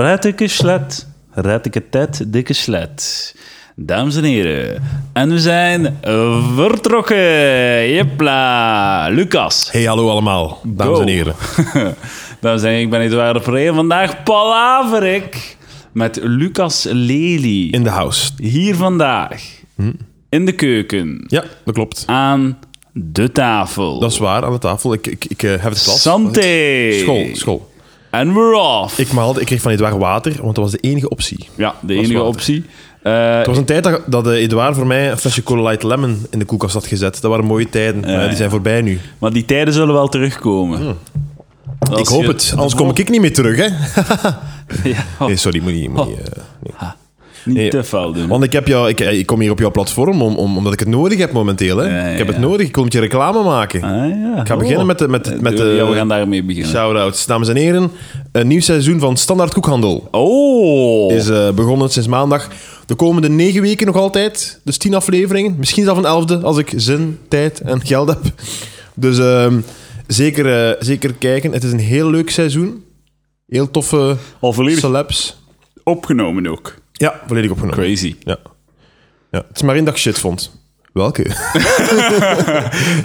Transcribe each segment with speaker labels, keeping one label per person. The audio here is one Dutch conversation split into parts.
Speaker 1: Retteke slet, retteke tet, dikke slet. Dames en heren, en we zijn vertrokken. Jepla, Lucas.
Speaker 2: Hey, hallo allemaal, dames
Speaker 1: Go.
Speaker 2: en heren.
Speaker 1: Dames en heren, ik ben Edouard de Pre en vandaag palaver ik met Lucas Lely.
Speaker 2: In Hm. de house.
Speaker 1: Hier vandaag, in de keuken,
Speaker 2: Ja, dat klopt.
Speaker 1: aan de tafel.
Speaker 2: Dat is waar, aan de tafel. Ik, ik, ik eh, heb het klas.
Speaker 1: Santé.
Speaker 2: School, school.
Speaker 1: And we're off.
Speaker 2: Ik maalde, ik kreeg van Edouard water, want dat was de enige optie.
Speaker 1: ja, de enige
Speaker 2: water.
Speaker 1: optie. Eh,
Speaker 2: Het was een tijd dat, dat eh, Edouard voor mij een flesje Cola Light Lemon in de koelkast had gezet. Dat waren mooie tijden, maar die zijn voorbij nu.
Speaker 1: Maar die tijden zullen wel terugkomen. Als
Speaker 2: Hm. Ik hoop
Speaker 1: je-
Speaker 2: het, anders kom ik niet meer terug, hè.
Speaker 1: Ja,
Speaker 2: Nee, sorry, moet niet... Moet niet
Speaker 1: Oh.
Speaker 2: eh, nee.
Speaker 1: niet
Speaker 2: nee.
Speaker 1: te fel doen.
Speaker 2: Want ik, heb jou, ik, eh, ik kom hier op jouw platform om, om, omdat ik het nodig heb momenteel, hè.
Speaker 1: Ja, ja,
Speaker 2: ik heb het
Speaker 1: ja.
Speaker 2: nodig, ik kom met je reclame maken.
Speaker 1: Ah, ja.
Speaker 2: Ik ga beginnen met de... Met, met eh, de
Speaker 1: ja, we gaan daarmee beginnen.
Speaker 2: Shoutouts, dames en heren. Een nieuw seizoen van Standaard Koekhandel
Speaker 1: Oh!
Speaker 2: is eh, begonnen sinds maandag. De komende negen weken nog altijd. Dus tien afleveringen. Misschien zelfs een elfde als ik zin, tijd en geld heb. Dus ehm, zeker, eh, zeker kijken. Het is een heel leuk seizoen. Heel toffe
Speaker 1: Al volledig
Speaker 2: celebs.
Speaker 1: opgenomen ook.
Speaker 2: Ja, volledig opgenomen.
Speaker 1: Crazy.
Speaker 2: Ja. ja. Het is maar één dag shit vond. Welke?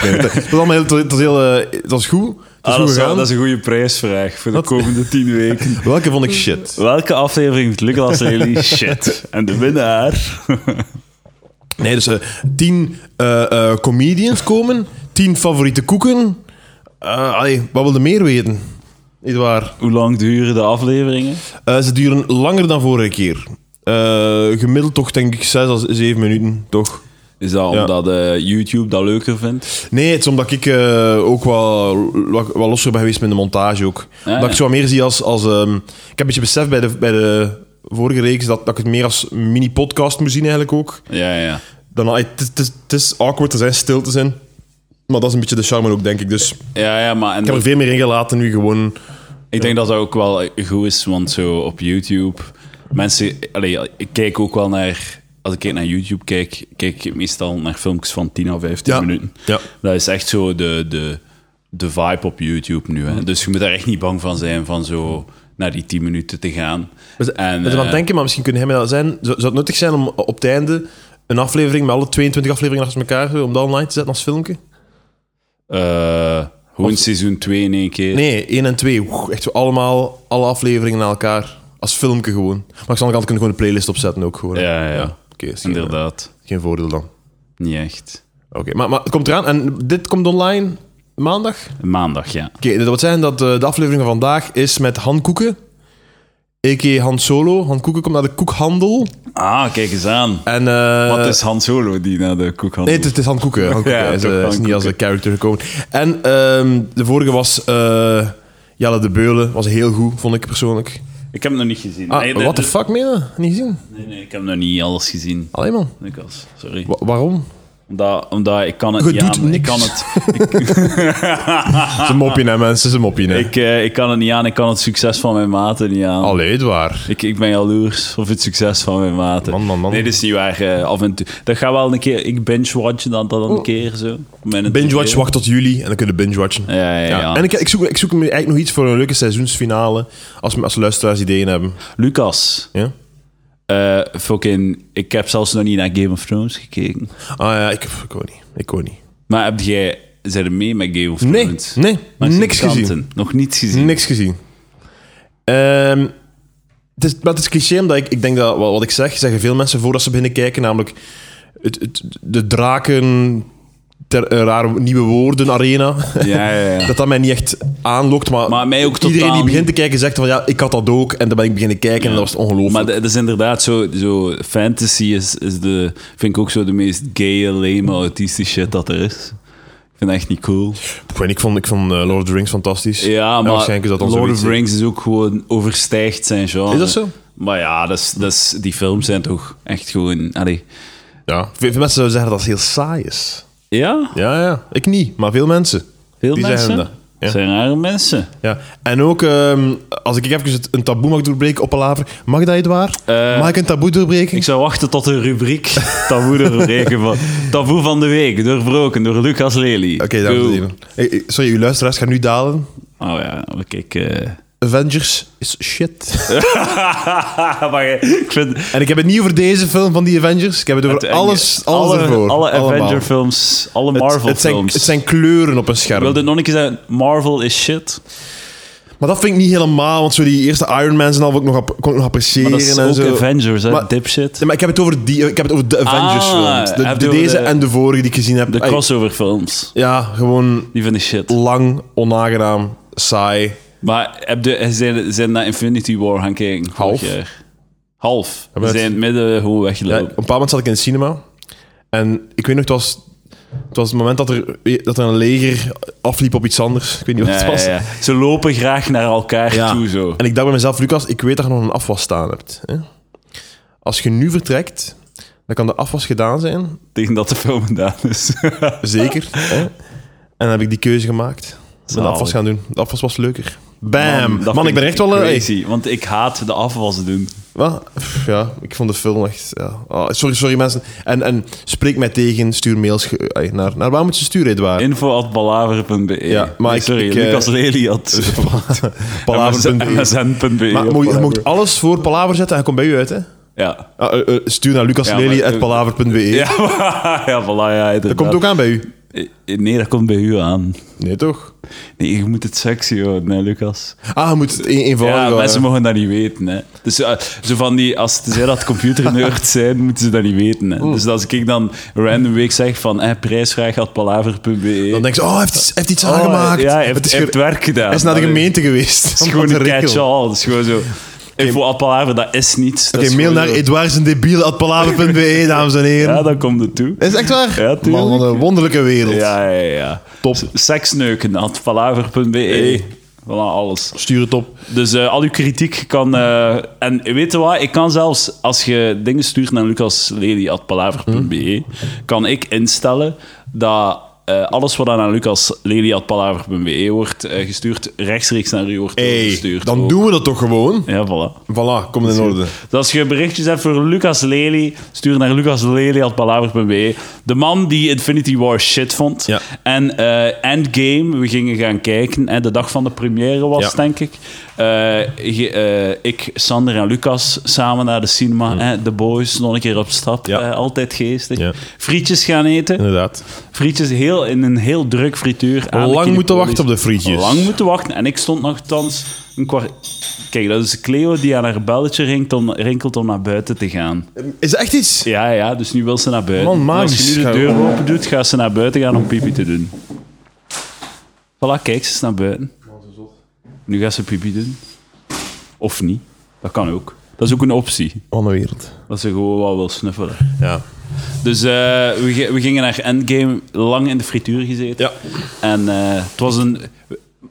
Speaker 2: nee, het, was allemaal heel, het, was heel, eh, het was goed.
Speaker 1: Ah,
Speaker 2: Het is goed
Speaker 1: dat, is,
Speaker 2: gegaan.
Speaker 1: dat is een goede prijsvraag voor de komende tien weken.
Speaker 2: Welke vond ik shit?
Speaker 1: Welke aflevering doet Lucas Lely shit? En de winnaar?
Speaker 2: Nee, dus eh, tien eh, eh, comedians komen, tien favoriete koeken. Eh, allee, wat wil je meer weten? Niet waar.
Speaker 1: Hoe lang duren de afleveringen?
Speaker 2: Eh, ze duren langer dan vorige keer. Eh, gemiddeld toch, denk ik, zes à zeven minuten, toch?
Speaker 1: Is dat
Speaker 2: Ja.
Speaker 1: omdat eh, YouTube dat leuker vindt?
Speaker 2: Nee, het is omdat ik eh, ook wel, wat, wat losser ben geweest met de montage ook.
Speaker 1: Ja,
Speaker 2: omdat
Speaker 1: ja.
Speaker 2: ik zo wat meer zie als... als ehm, ik heb een beetje beseft bij de, bij de vorige reeks dat, dat ik het meer als mini-podcast moet zien eigenlijk ook.
Speaker 1: Ja, ja.
Speaker 2: Dan, allee, het is- het is- het is awkward te zijn, stil te zijn. Maar dat is een beetje de charme ook, denk ik. Dus...
Speaker 1: Ja, ja, maar... En
Speaker 2: Ik heb er veel meer in gelaten nu gewoon.
Speaker 1: Ik denk dat dat ook wel goed is, want zo op YouTube... Mensen... Allee, ik kijk ook wel naar... Als ik kijk naar YouTube, kijk, kijk ik meestal naar filmpjes van 10 à 15
Speaker 2: Ja.
Speaker 1: minuten.
Speaker 2: Ja.
Speaker 1: Dat is echt zo de, de, de vibe op YouTube nu.
Speaker 2: Mm.
Speaker 1: Hè. Dus je moet daar echt niet bang van zijn van zo naar die 10 minuten te gaan.
Speaker 2: En,
Speaker 1: En,
Speaker 2: aan
Speaker 1: eh,
Speaker 2: het denken, maar misschien kunnen hem dat zijn. Zou, zou het nuttig zijn om op het einde een aflevering met alle 22 afleveringen achter elkaar eh, om dat online te zetten als filmpje?
Speaker 1: eh, gewoon seizoen 2 in één keer.
Speaker 2: Nee, 1 en 2. Oeh, echt zo allemaal, alle afleveringen aan elkaar. Als filmpje gewoon. Maar ik zal aan de kant kunnen gewoon een playlist opzetten ook gewoon.
Speaker 1: Ja, ja, ja.
Speaker 2: Oké, is geen,
Speaker 1: Inderdaad.
Speaker 2: geen voordeel dan.
Speaker 1: Niet echt.
Speaker 2: Oké, maar, maar het komt eraan. En dit komt online maandag?
Speaker 1: Maandag, ja.
Speaker 2: Oké, dat wil zeggen dat eh, de aflevering van vandaag is met Han Koeken. A.k.a. Han Solo. Han Koeken komt naar de koekhandel.
Speaker 1: Ah, kijk eens aan.
Speaker 2: En, eh,
Speaker 1: Wat is Han Solo die naar de koekhandel...
Speaker 2: Nee, het is, het is Han Koeken. Han Koeken.
Speaker 1: Ja,
Speaker 2: Hij is,
Speaker 1: toch,
Speaker 2: eh,
Speaker 1: Han
Speaker 2: is niet
Speaker 1: Koeken.
Speaker 2: als een character gekomen. En ehm, de vorige was eh, Jelle de Beulen. Was heel goed, vond ik persoonlijk.
Speaker 1: Ik heb hem nog niet gezien.
Speaker 2: Ah,
Speaker 1: Nee, de-
Speaker 2: what the
Speaker 1: de-
Speaker 2: fuck, meen je? Niet gezien?
Speaker 1: Nee, nee, ik heb nog niet alles gezien.
Speaker 2: Allee, man.
Speaker 1: Lucas, sorry.
Speaker 2: Wa- waarom?
Speaker 1: Omdat, omdat ik kan het
Speaker 2: Je
Speaker 1: niet
Speaker 2: doet
Speaker 1: aan. Ik
Speaker 2: niks.
Speaker 1: kan het,
Speaker 2: Ze mopje, hè, mensen. Ze mopje, hè.
Speaker 1: Ah, ik, eh, ik kan het niet aan. Ik kan het succes van mijn maten niet aan.
Speaker 2: Allee, het waar.
Speaker 1: Ik, ik ben jaloers op het succes van mijn maten.
Speaker 2: Man, man, man.
Speaker 1: Nee, dat is niet waar. eh, af en toe. Dat gaat wel een keer... Ik binge-watchen dan, dan
Speaker 2: Oh.
Speaker 1: een keer zo. Met een
Speaker 2: Binge-watch,
Speaker 1: tv.
Speaker 2: wacht tot juli en dan kunnen we binge-watchen.
Speaker 1: Ja, ja, ja.
Speaker 2: En ik, ik, zoek, ik zoek eigenlijk nog iets voor een leuke seizoensfinale. Als, als luisteraars ideeën hebben.
Speaker 1: Lucas,
Speaker 2: Ja?
Speaker 1: eh, fucking... Ik heb zelfs nog niet naar Game of Thrones gekeken.
Speaker 2: Ah ja, ik, ik hoor niet. Ik hoor niet.
Speaker 1: Maar heb jij... Zijn er mee met Game of
Speaker 2: Nee,
Speaker 1: Thrones?
Speaker 2: nee.
Speaker 1: Maar zijn
Speaker 2: Niks
Speaker 1: kanten?
Speaker 2: gezien.
Speaker 1: Nog niets gezien.
Speaker 2: Niks gezien. Ehm, het, is, maar het is cliché, omdat ik, ik denk dat wat, wat ik zeg, zeggen veel mensen voordat ze beginnen kijken, namelijk het, het, de draken, ter, eh, rare nieuwe woorden, arena.
Speaker 1: Ja, ja, ja.
Speaker 2: Dat dat mij niet echt aanlokt, maar,
Speaker 1: Maar mij ook
Speaker 2: iedereen
Speaker 1: totaal
Speaker 2: die begint te kijken zegt van ja, ik had dat ook. En dan ben ik beginnen kijken en dat was ongelooflijk.
Speaker 1: Maar dat dat is inderdaad zo, zo fantasy is, is de, vind ik ook zo de meest gaye, lame, autistische shit dat er is. Ik vind dat echt niet cool.
Speaker 2: Ik, weet niet, ik vond, ik vond eh, Lord of the Rings fantastisch.
Speaker 1: Ja,
Speaker 2: En
Speaker 1: maar
Speaker 2: waarschijnlijk is dat dan
Speaker 1: Lord of
Speaker 2: zoiets,
Speaker 1: the Rings is ook gewoon overstijgt zijn genre.
Speaker 2: Is dat zo?
Speaker 1: Maar ja, dat is, dat is, die films zijn toch echt gewoon... Allee.
Speaker 2: Ja. Veel, veel mensen zouden zeggen dat dat heel saai is.
Speaker 1: Ja,
Speaker 2: Ja, ja. Ik niet, maar veel mensen.
Speaker 1: veel
Speaker 2: die
Speaker 1: mensen.
Speaker 2: zeggen dat. Ja.
Speaker 1: zijn rare mensen.
Speaker 2: Ja, en ook ehm, als ik even het- een taboe mag doorbreken op Palaver, mag dat Edouard?
Speaker 1: Eh,
Speaker 2: mag ik een taboe doorbreken?
Speaker 1: Ik zou wachten tot de rubriek taboe doorbreken van... Taboe van de week, doorbroken door Lucas Lely.
Speaker 2: Oké, dames en
Speaker 1: Go.
Speaker 2: heren. Eh, eh, Sorry, uw luisteraars gaan nu dalen.
Speaker 1: Oh ja, we kijken... eh,
Speaker 2: Avengers is shit.
Speaker 1: maar je- ik vind
Speaker 2: En ik heb het niet over deze film van die Avengers. Ik heb het over
Speaker 1: het eng-
Speaker 2: alles, alles
Speaker 1: alle,
Speaker 2: ervoor.
Speaker 1: alle
Speaker 2: Allemaal.
Speaker 1: Avenger-films, alle
Speaker 2: Het- het, zijn,
Speaker 1: Marvel-films.
Speaker 2: het zijn kleuren op een scherm.
Speaker 1: Wilde nog een keer zeggen, Marvel is shit.
Speaker 2: Maar dat vind ik niet helemaal, want zo die eerste Iron Man en al ook nog, app- kon ik nog appreciëren.
Speaker 1: Maar dat is
Speaker 2: en
Speaker 1: ook
Speaker 2: zo.
Speaker 1: Avengers, hè?
Speaker 2: Maar-
Speaker 1: dipshit.
Speaker 2: Ja, maar ik heb het over, die, ik heb het over de Avengers
Speaker 1: Ah,
Speaker 2: films. De-
Speaker 1: heb
Speaker 2: De,
Speaker 1: je over
Speaker 2: deze
Speaker 1: de-
Speaker 2: en de vorige die ik gezien heb.
Speaker 1: De
Speaker 2: Ai,
Speaker 1: crossover-films.
Speaker 2: ja, gewoon
Speaker 1: Die vind ik shit.
Speaker 2: lang, onaangenaam, saai.
Speaker 1: Maar heb je, zijn, zijn naar Infinity War gaan kijken? vorig
Speaker 2: Half.
Speaker 1: jaar? Half. We
Speaker 2: het-
Speaker 1: zijn in het midden gewoon
Speaker 2: Ja, op een
Speaker 1: weggelopen.
Speaker 2: bepaald moment zat ik in het cinema. En ik weet nog, het was het, was het moment dat er, dat er een leger afliep op iets anders. Ik weet niet wat
Speaker 1: Ja,
Speaker 2: het was.
Speaker 1: ja, ja. Ze lopen graag naar elkaar
Speaker 2: Ja.
Speaker 1: toe, zo.
Speaker 2: En ik dacht bij mezelf, Lucas, ik weet dat je nog een afwas staan hebt. Hè? Als je nu vertrekt, dan kan de afwas gedaan zijn.
Speaker 1: Tegen dat de film gedaan is.
Speaker 2: Zeker. hè? En dan heb ik die keuze gemaakt. Met de
Speaker 1: Zalig.
Speaker 2: afwas gaan doen. De afwas was leuker. Bam! Man,
Speaker 1: dat
Speaker 2: ik
Speaker 1: vind
Speaker 2: ben echt wel... eh,
Speaker 1: Crazy, want ik haat de afwas doen.
Speaker 2: wat? Pff, Ja, ik vond de film echt... Ja. Ah, sorry, sorry mensen. En, en spreek mij tegen, stuur mails ge- eh, naar... Naar waar moet je sturen, Edouard?
Speaker 1: Info.balaver.be
Speaker 2: Ja, maar
Speaker 1: Nee,
Speaker 2: ik-
Speaker 1: E. Sorry,
Speaker 2: ik, eh,
Speaker 1: Lucas Lely had
Speaker 2: Palaver.be.
Speaker 1: msn.be.
Speaker 2: Maar moet je, je moet alles voor Palaver zetten en hij komt bij u uit, hè?
Speaker 1: Ja.
Speaker 2: Ah, eh, eh, stuur naar
Speaker 1: Ja, maar- eh,
Speaker 2: lucaslely.palaver.be.
Speaker 1: Ja, ja, voilà, ja,
Speaker 2: Dat komt ook aan bij u.
Speaker 1: ook... Nee, dat komt bij u aan.
Speaker 2: Nee, toch?
Speaker 1: Nee, je moet het sexy houden, hè, Lucas.
Speaker 2: Ah, je moet het een, eenvoudig
Speaker 1: Ja,
Speaker 2: houden.
Speaker 1: mensen mogen dat niet weten. Hè. Dus eh, zo van die, als zij dat computernerds zijn, moeten ze dat niet weten. Hè. Dus als ik dan random week zeg van eh, prijsvraag had palaver.be.
Speaker 2: Dan denk je, oh, hij heeft iets, hij heeft iets
Speaker 1: Oh,
Speaker 2: aangemaakt.
Speaker 1: Ja, hij
Speaker 2: Het
Speaker 1: heeft,
Speaker 2: is
Speaker 1: hij heeft
Speaker 2: ge-
Speaker 1: werk gedaan.
Speaker 2: hij is naar de
Speaker 1: Allee,
Speaker 2: gemeente geweest.
Speaker 1: Het is gewoon
Speaker 2: om dat
Speaker 1: een
Speaker 2: te regelen.
Speaker 1: catch-all. Het is gewoon zo. Info at palaver, dat is niets. Dat
Speaker 2: Oké,
Speaker 1: is
Speaker 2: mail
Speaker 1: gewoon
Speaker 2: naar
Speaker 1: zo.
Speaker 2: edouardsendebiel.palaver.be, dames en heren.
Speaker 1: Ja, dan komt het toe.
Speaker 2: Is het echt waar?
Speaker 1: Ja, tuurlijk.
Speaker 2: Man, wat een wonderlijke wereld.
Speaker 1: Ja, ja, ja.
Speaker 2: Top.
Speaker 1: Seksneuken had palaver.be. E. Voilà, alles.
Speaker 2: Stuur het op.
Speaker 1: Dus eh, al uw kritiek kan. eh, en weet je wat? Ik kan zelfs als je dingen stuurt naar
Speaker 2: Hm.
Speaker 1: lucaslely.palaver.be, E, kan ik instellen dat eh, alles wat dan naar lucaslely.palaver.be wordt eh, gestuurd, rechtstreeks naar u wordt
Speaker 2: Hey,
Speaker 1: gestuurd.
Speaker 2: dan doen we dat toch gewoon?
Speaker 1: Ja, voilà.
Speaker 2: Voilà, komt in orde.
Speaker 1: Dus als je berichtjes hebt voor Lucas Lely, stuur naar lucaslely.palaver.be. De man die Infinity War shit vond.
Speaker 2: Ja.
Speaker 1: En eh, Endgame, we gingen gaan kijken. Hè, de dag van de première was,
Speaker 2: Ja.
Speaker 1: het, denk ik. Eh, je- eh, ik, Sander en Lucas samen naar de cinema. Hè, de boys, nog een keer op stap.
Speaker 2: Mm. Ja.
Speaker 1: eh, altijd geestig.
Speaker 2: Ja.
Speaker 1: Frietjes gaan eten.
Speaker 2: Inderdaad.
Speaker 1: Frietjes heel, in een heel druk frituur. aan de
Speaker 2: Lang moeten
Speaker 1: kinepolis.
Speaker 2: wachten op de frietjes.
Speaker 1: Lang moeten wachten. En ik stond nogthans een kwart... Kijk, dat is Cleo die aan haar belletje rinkelt om, rinkelt om naar buiten te gaan.
Speaker 2: Is dat echt iets?
Speaker 1: Ja, ja, dus nu wil ze naar buiten.
Speaker 2: Man,
Speaker 1: En als
Speaker 2: magisch.
Speaker 1: je nu de
Speaker 2: Ga-
Speaker 1: deur open doet, gaat ze naar buiten gaan om pipi te doen. Voilà, kijk, ze is naar buiten. Nu gaat ze pipi doen. Of niet. Dat kan ook. Dat is ook een optie.
Speaker 2: Wat een wereld.
Speaker 1: Dat ze gewoon wat wil snuffelen.
Speaker 2: Ja.
Speaker 1: Dus eh, we, ge- we gingen naar Endgame lang in de frituur gezeten.
Speaker 2: Ja.
Speaker 1: En eh, het, was een,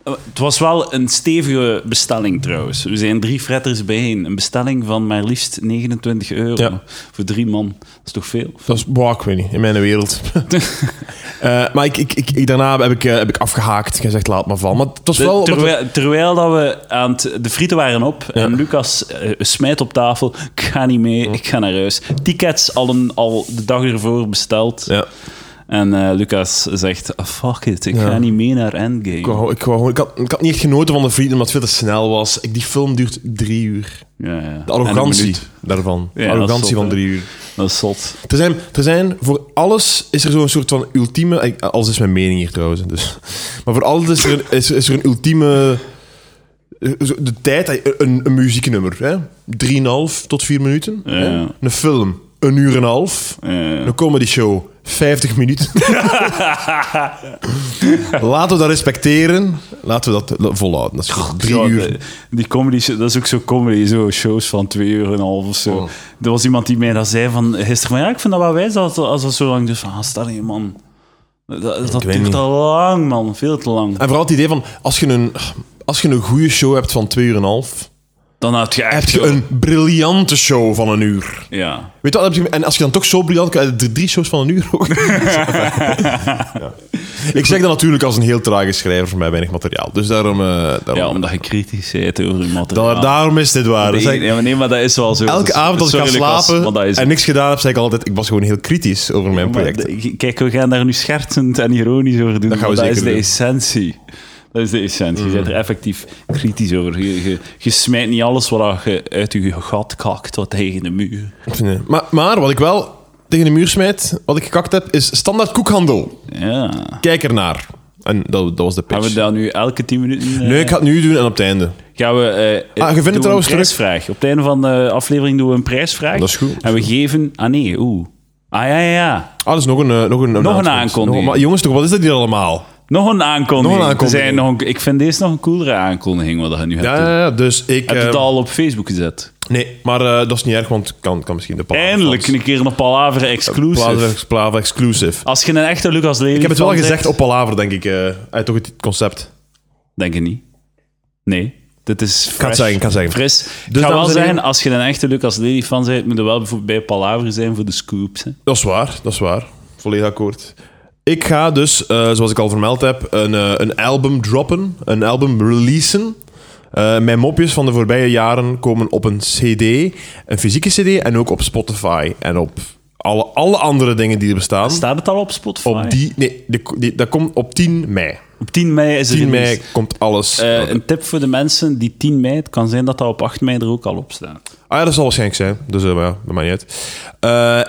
Speaker 1: eh, het was wel een stevige bestelling trouwens. We zijn drie fretters bijeen. Een bestelling van maar liefst 29 euro.
Speaker 2: Ja.
Speaker 1: Voor drie man. Dat is toch veel?
Speaker 2: Dat is, boah, ik weet niet, in mijn wereld. Eh, maar ik, ik, ik, ik- daarna heb ik, eh, heb ik afgehaakt. Ik heb gezegd, laat maar vallen. Maar het was wel... omdat we-
Speaker 1: terwijl, terwijl dat we aan het, de frieten waren op en Lucas eh, smijt op tafel. Ik ga niet mee, ik ga naar huis. Tickets al, een, al de dag ervoor besteld.
Speaker 2: Ja.
Speaker 1: En eh, Lucas zegt, "Ah, fuck it, ik
Speaker 2: Ja.
Speaker 1: ga niet mee naar Endgame.
Speaker 2: Ik, wou- ik, wou gewoon- ik, had, ik had niet echt genoten van de frieten, omdat het veel te snel was. Ik, die film duurt drie uur.
Speaker 1: Ja, ja.
Speaker 2: De
Speaker 1: En een
Speaker 2: arrogantie
Speaker 1: minuut.
Speaker 2: daarvan.
Speaker 1: Ja,
Speaker 2: de
Speaker 1: dat is
Speaker 2: arrogantie
Speaker 1: zot,
Speaker 2: van
Speaker 1: hè.
Speaker 2: drie uur.
Speaker 1: Dat is zot.
Speaker 2: Er zijn, er zijn, voor alles is er zo'n soort van ultieme... ik- Alles is mijn mening hier trouwens. Dus. Maar voor alles is er, een- is, is er een ultieme... eh, zo- De tijd, eh, een, een muzieknummer. Hè? 3,5 tot 4 minuten. Hè?
Speaker 1: Ja.
Speaker 2: Een film, een uur en een half.
Speaker 1: Eh,
Speaker 2: Een comedy show, 50 minuten. Laten we dat respecteren. Laten we dat eh, volhouden. Dat is goed. Drie
Speaker 1: ja,
Speaker 2: uur.
Speaker 1: de- Die comedy, show- dat is ook zo comedy, zo shows van twee uur en een half of zo.
Speaker 2: Oh.
Speaker 1: Er was iemand die mij dat zei van gisteren, van ja, ik vind dat wel wijs dat als dat zo lang duurt. Van, ah, stel je man, dat, dat duurt
Speaker 2: niet.
Speaker 1: al lang man, veel te lang.
Speaker 2: En vooral het idee van, als je een, als je een goede show hebt van twee uur en een half,
Speaker 1: Dan had je echt
Speaker 2: heb je
Speaker 1: zo-
Speaker 2: een briljante show van een uur.
Speaker 1: Ja.
Speaker 2: Weet je, wat, heb je- en als je dan toch zo briljant kan, heb je drie shows van een uur ook. Ja. Ik zeg dat natuurlijk als een heel trage schrijver voor mij weinig materiaal. Dus daarom... eh, daarom,
Speaker 1: ja, omdat je kritisch bent over je materiaal.
Speaker 2: da- daarom is dit waar.
Speaker 1: nee,
Speaker 2: Dus ik-
Speaker 1: nee, maar nee, maar dat is wel zo.
Speaker 2: elke
Speaker 1: Dus-
Speaker 2: avond als ik ga
Speaker 1: sorry, Lucas,
Speaker 2: slapen
Speaker 1: maar dat is-
Speaker 2: en niks gedaan heb, zeg ik altijd, ik was gewoon heel kritisch over mijn
Speaker 1: Maar
Speaker 2: project.
Speaker 1: de- Kijk, we gaan daar nu schertsend en ironisch over doen.
Speaker 2: Dat gaan we
Speaker 1: maar
Speaker 2: zeker
Speaker 1: dat is de
Speaker 2: doen. Mm.
Speaker 1: essentie. Dat is de essentie. Je bent er effectief kritisch over. Je, je, je smijt niet alles wat je uit je gat kakt tot tegen de muur.
Speaker 2: Nee. Maar, maar wat ik wel tegen de muur smijt, wat ik gekakt heb, is standaard koekhandel.
Speaker 1: Ja.
Speaker 2: Kijk ernaar. En dat, dat was de
Speaker 1: Gaan we
Speaker 2: pitch.
Speaker 1: dat nu elke tien minuten... eh,
Speaker 2: Nee, ik ga het nu doen en op het einde.
Speaker 1: Gaan we, eh,
Speaker 2: Ah, je vindt het
Speaker 1: doen we
Speaker 2: trouwens
Speaker 1: een
Speaker 2: terug.
Speaker 1: prijsvraag. Op het einde van de aflevering doen we een prijsvraag.
Speaker 2: Dat is goed.
Speaker 1: En we geven... Ah nee, oeh. Ah ja, ja, ja.
Speaker 2: Ah, dat is nog een, eh, nog een,
Speaker 1: een
Speaker 2: announcement.
Speaker 1: aankondiging.
Speaker 2: Nog- maar jongens, toch, wat is dat hier allemaal?
Speaker 1: Nog een aankondiging.
Speaker 2: Nog een
Speaker 1: Er zijn
Speaker 2: aankondiging.
Speaker 1: nog een- ik vind deze nog een coolere aankondiging wat je nu hebt.
Speaker 2: Ja, ja, ja, dus ik...
Speaker 1: Heb je het
Speaker 2: eh,
Speaker 1: al op Facebook gezet?
Speaker 2: Nee, maar eh, dat is niet erg, want het kan, kan misschien de palaver
Speaker 1: Eindelijk
Speaker 2: van-
Speaker 1: een keer een Palaver exclusive. Ah,
Speaker 2: Palaver, palaver exclusive.
Speaker 1: Als je een echte Lucas Lely
Speaker 2: Ik heb het wel gezegd op Palaver, denk ik. eh uit toch het concept.
Speaker 1: Denk je niet? Nee. Dit is fresh.
Speaker 2: het zeggen, ik kan het zeggen.
Speaker 1: Fris.
Speaker 2: Dus
Speaker 1: ik ga wel
Speaker 2: dames en
Speaker 1: zeggen,
Speaker 2: heren-
Speaker 1: als je een echte Lucas Lely fan bent, moet je wel bijvoorbeeld bij Palaver zijn voor de scoops. Hè.
Speaker 2: Dat is waar, dat is waar. Volledig akkoord. Ik ga dus, eh, zoals ik al vermeld heb, een, eh, een album droppen. Een album releasen. Eh, mijn mopjes van de voorbije jaren komen op een cd, een fysieke cd en ook op Spotify en op alle, alle andere dingen die er bestaan.
Speaker 1: Staat het al op Spotify?
Speaker 2: Op die, nee, die, die- dat komt op 10 mei.
Speaker 1: Op 10 mei is het
Speaker 2: 10 mei
Speaker 1: release.
Speaker 2: komt alles.
Speaker 1: Eh, een tip voor de mensen die 10 mei, het kan zijn dat dat op 8 mei er ook al op staat.
Speaker 2: Ah ja, dat zal waarschijnlijk zijn. Dus eh, maar ja, dat maakt niet uit.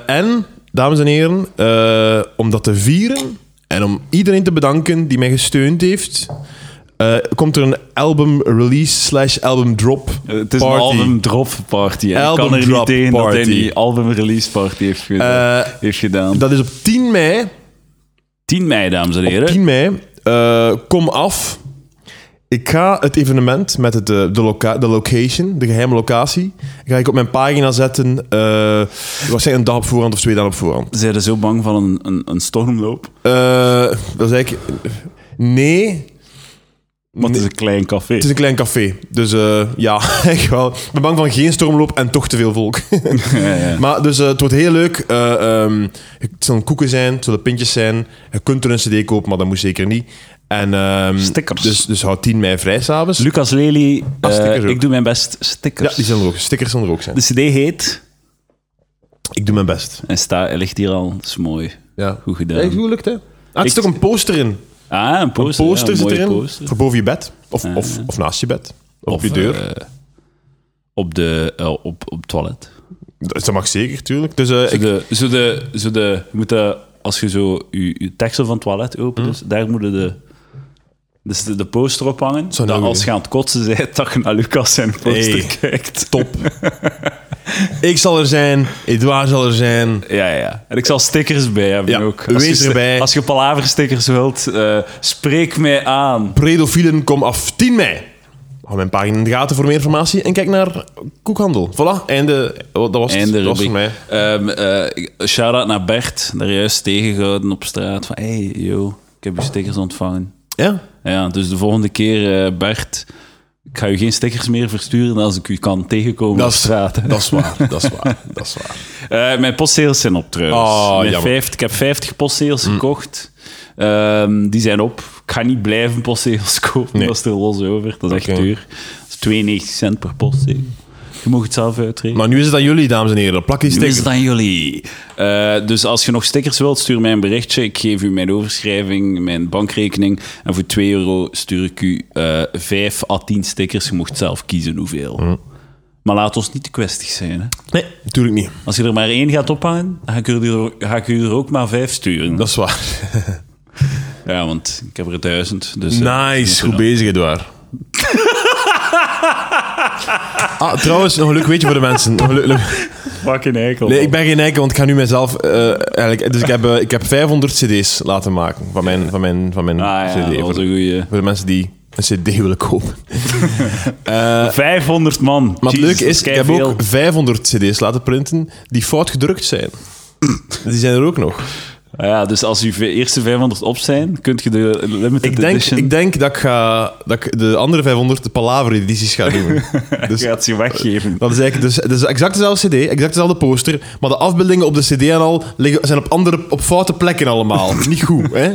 Speaker 2: Eh, en, dames en heren, eh, om dat te vieren en om iedereen te bedanken die mij gesteund heeft, eh, komt er een album release slash album drop
Speaker 1: Eh, het is
Speaker 2: party.
Speaker 1: een album drop party. hè.
Speaker 2: Album
Speaker 1: ik kan er niet
Speaker 2: drop
Speaker 1: tegen dat hij
Speaker 2: party.
Speaker 1: die album release party heeft gedaan.
Speaker 2: Eh,
Speaker 1: heeft gedaan.
Speaker 2: dat is op 10 mei.
Speaker 1: 10 mei, dames en heren.
Speaker 2: 10 mei. Eh, kom af. Ik ga het evenement met het, eh, de, loca- de location, de geheime locatie, ga ik op mijn pagina zetten. eh waarschijnlijk een dag op voorhand of twee dagen op voorhand.
Speaker 1: Zijn er zo bang van een, een, een stormloop?
Speaker 2: Eh, dat is eigenlijk... Nee.
Speaker 1: Want het
Speaker 2: Nee.
Speaker 1: is een klein café.
Speaker 2: Het is een klein café. Dus eh, ja, echt wel. Ik ben bang van geen stormloop en toch te veel volk.
Speaker 1: Ja, ja.
Speaker 2: maar dus eh, het wordt heel leuk. Eh, ehm, het zullen koeken zijn, het zullen pintjes zijn. Je kunt er een cd kopen, maar dat moet zeker niet. En, ehm,
Speaker 1: Stickers.
Speaker 2: Dus, dus houd 10 mei vrij s'avonds.
Speaker 1: Lucas Lely,
Speaker 2: Ah,
Speaker 1: eh,
Speaker 2: stickers ook.
Speaker 1: ik doe mijn best
Speaker 2: Ja,
Speaker 1: stickers.
Speaker 2: die zullen er ook. Stickers zullen er ook zijn.
Speaker 1: de cd heet
Speaker 2: Ik doe mijn best.
Speaker 1: en sta, hij ligt hier al. Dat is mooi.
Speaker 2: Ja.
Speaker 1: Goed gedaan.
Speaker 2: Echt gelukt, hè? Ah, er
Speaker 1: Ik-
Speaker 2: zit ook een poster in.
Speaker 1: Ah, een poster.
Speaker 2: Een poster
Speaker 1: ja, een
Speaker 2: zit
Speaker 1: mooie
Speaker 2: erin.
Speaker 1: poster.
Speaker 2: Voor boven je bed. Of,
Speaker 1: Ja,
Speaker 2: of,
Speaker 1: ja.
Speaker 2: of naast je bed. Of op je
Speaker 1: Of,
Speaker 2: deur.
Speaker 1: eh, op, de, eh, op, op het toilet.
Speaker 2: Dat dat mag zeker, tuurlijk. Dus eh,
Speaker 1: Zo
Speaker 2: ik,
Speaker 1: de, zo de, zo de, je moet de, als je zo je, je teksten van het toilet opent,
Speaker 2: Hm?
Speaker 1: dus daar moeten de, dus de, de poster op hangen.
Speaker 2: Zou
Speaker 1: Dat
Speaker 2: nou
Speaker 1: als
Speaker 2: goed.
Speaker 1: je aan het kotsen bent, dat je naar Lucas zijn poster
Speaker 2: Hey.
Speaker 1: kijkt.
Speaker 2: top. ik zal er zijn, Edouard zal er zijn.
Speaker 1: Ja, ja, ja. En ik zal stickers bij hebben
Speaker 2: Ja,
Speaker 1: ook.
Speaker 2: wees
Speaker 1: je sti-
Speaker 2: erbij.
Speaker 1: Als je palaverstickers wilt, eh, spreek mij aan.
Speaker 2: Predofielen, kom af 10 mei. Hou mijn pagina in de gaten voor meer informatie en kijk naar Koekhandel. Voilà, einde. Oh, Dat was, het.
Speaker 1: Einde
Speaker 2: dat was voor mij.
Speaker 1: rubriek. Ehm, eh, Shout-out naar Bert, daar juist tegengehouden op straat. Van, hey, yo, ik heb je stickers ontvangen.
Speaker 2: Ja?
Speaker 1: Ja, dus de volgende keer, eh, Bert, ik ga je geen stickers meer versturen als ik u kan tegenkomen
Speaker 2: Dat
Speaker 1: op
Speaker 2: is,
Speaker 1: straat.
Speaker 2: dat is waar, dat is waar, dat is waar.
Speaker 1: Eh, mijn postzegels zijn op trouwens.
Speaker 2: Oh,
Speaker 1: Mijn
Speaker 2: jammer. Mm.
Speaker 1: 50 ik heb 50 postzegels gekocht. Ehm, die zijn op. Ik ga niet blijven postzegels kopen.
Speaker 2: Nee.
Speaker 1: Dat is er los over. Dat is echt
Speaker 2: Oké.
Speaker 1: duur. Dat is 92 cent per postzegel. Je mag het zelf uitrekenen.
Speaker 2: Maar nu is het aan jullie, dames en heren. Plak die
Speaker 1: Nu is
Speaker 2: stickers.
Speaker 1: het aan jullie. Eh, dus als je nog stickers wilt, stuur mij een berichtje. Ik geef u mijn overschrijving, mijn bankrekening. En voor 2 euro stuur ik u eh 5 à 10 stickers. Je mocht zelf kiezen hoeveel.
Speaker 2: Mm.
Speaker 1: Maar laat ons niet te kwestig zijn. Hè?
Speaker 2: Nee, natuurlijk niet.
Speaker 1: Als je er maar één gaat ophangen, dan ga ik, u er, ga ik u er ook maar vijf sturen.
Speaker 2: Dat is waar.
Speaker 1: Ja, want ik heb er duizend. Dus, eh,
Speaker 2: Nou. Nice, goed bezig, Edouard. ah, trouwens, nog een leuk weetje voor de mensen. Nog een leuk- leuk-
Speaker 1: eh, Fucking eikel.
Speaker 2: Nee, ik ben geen eikel, want ik ga nu mezelf... eh, eigenlijk, dus ik heb, eh, ik heb 500 cd's laten maken van mijn, van mijn, van mijn
Speaker 1: Ah ja,
Speaker 2: cd.
Speaker 1: dat
Speaker 2: Voor
Speaker 1: was een
Speaker 2: de,
Speaker 1: goeie.
Speaker 2: voor de mensen die een cd willen kopen.
Speaker 1: 500 man.
Speaker 2: Eh, Maar het leuke is, ik heb
Speaker 1: veel.
Speaker 2: ook 500 cd's laten printen die fout gedrukt zijn. Die zijn er ook nog.
Speaker 1: Ja, dus als uw eerste 500 op zijn, kunt je de limited
Speaker 2: Ik denk,
Speaker 1: edition...
Speaker 2: ik denk dat, ik ga, dat ik de andere 500 de Palaver-edities ga doen. Dus
Speaker 1: gaat ze weggeven.
Speaker 2: Dat is eigenlijk dus, dus exact dezelfde CD, exact dezelfde poster, maar de afbeeldingen op de CD en al liggen, zijn op, andere, op foute plekken allemaal. Niet goed, hè?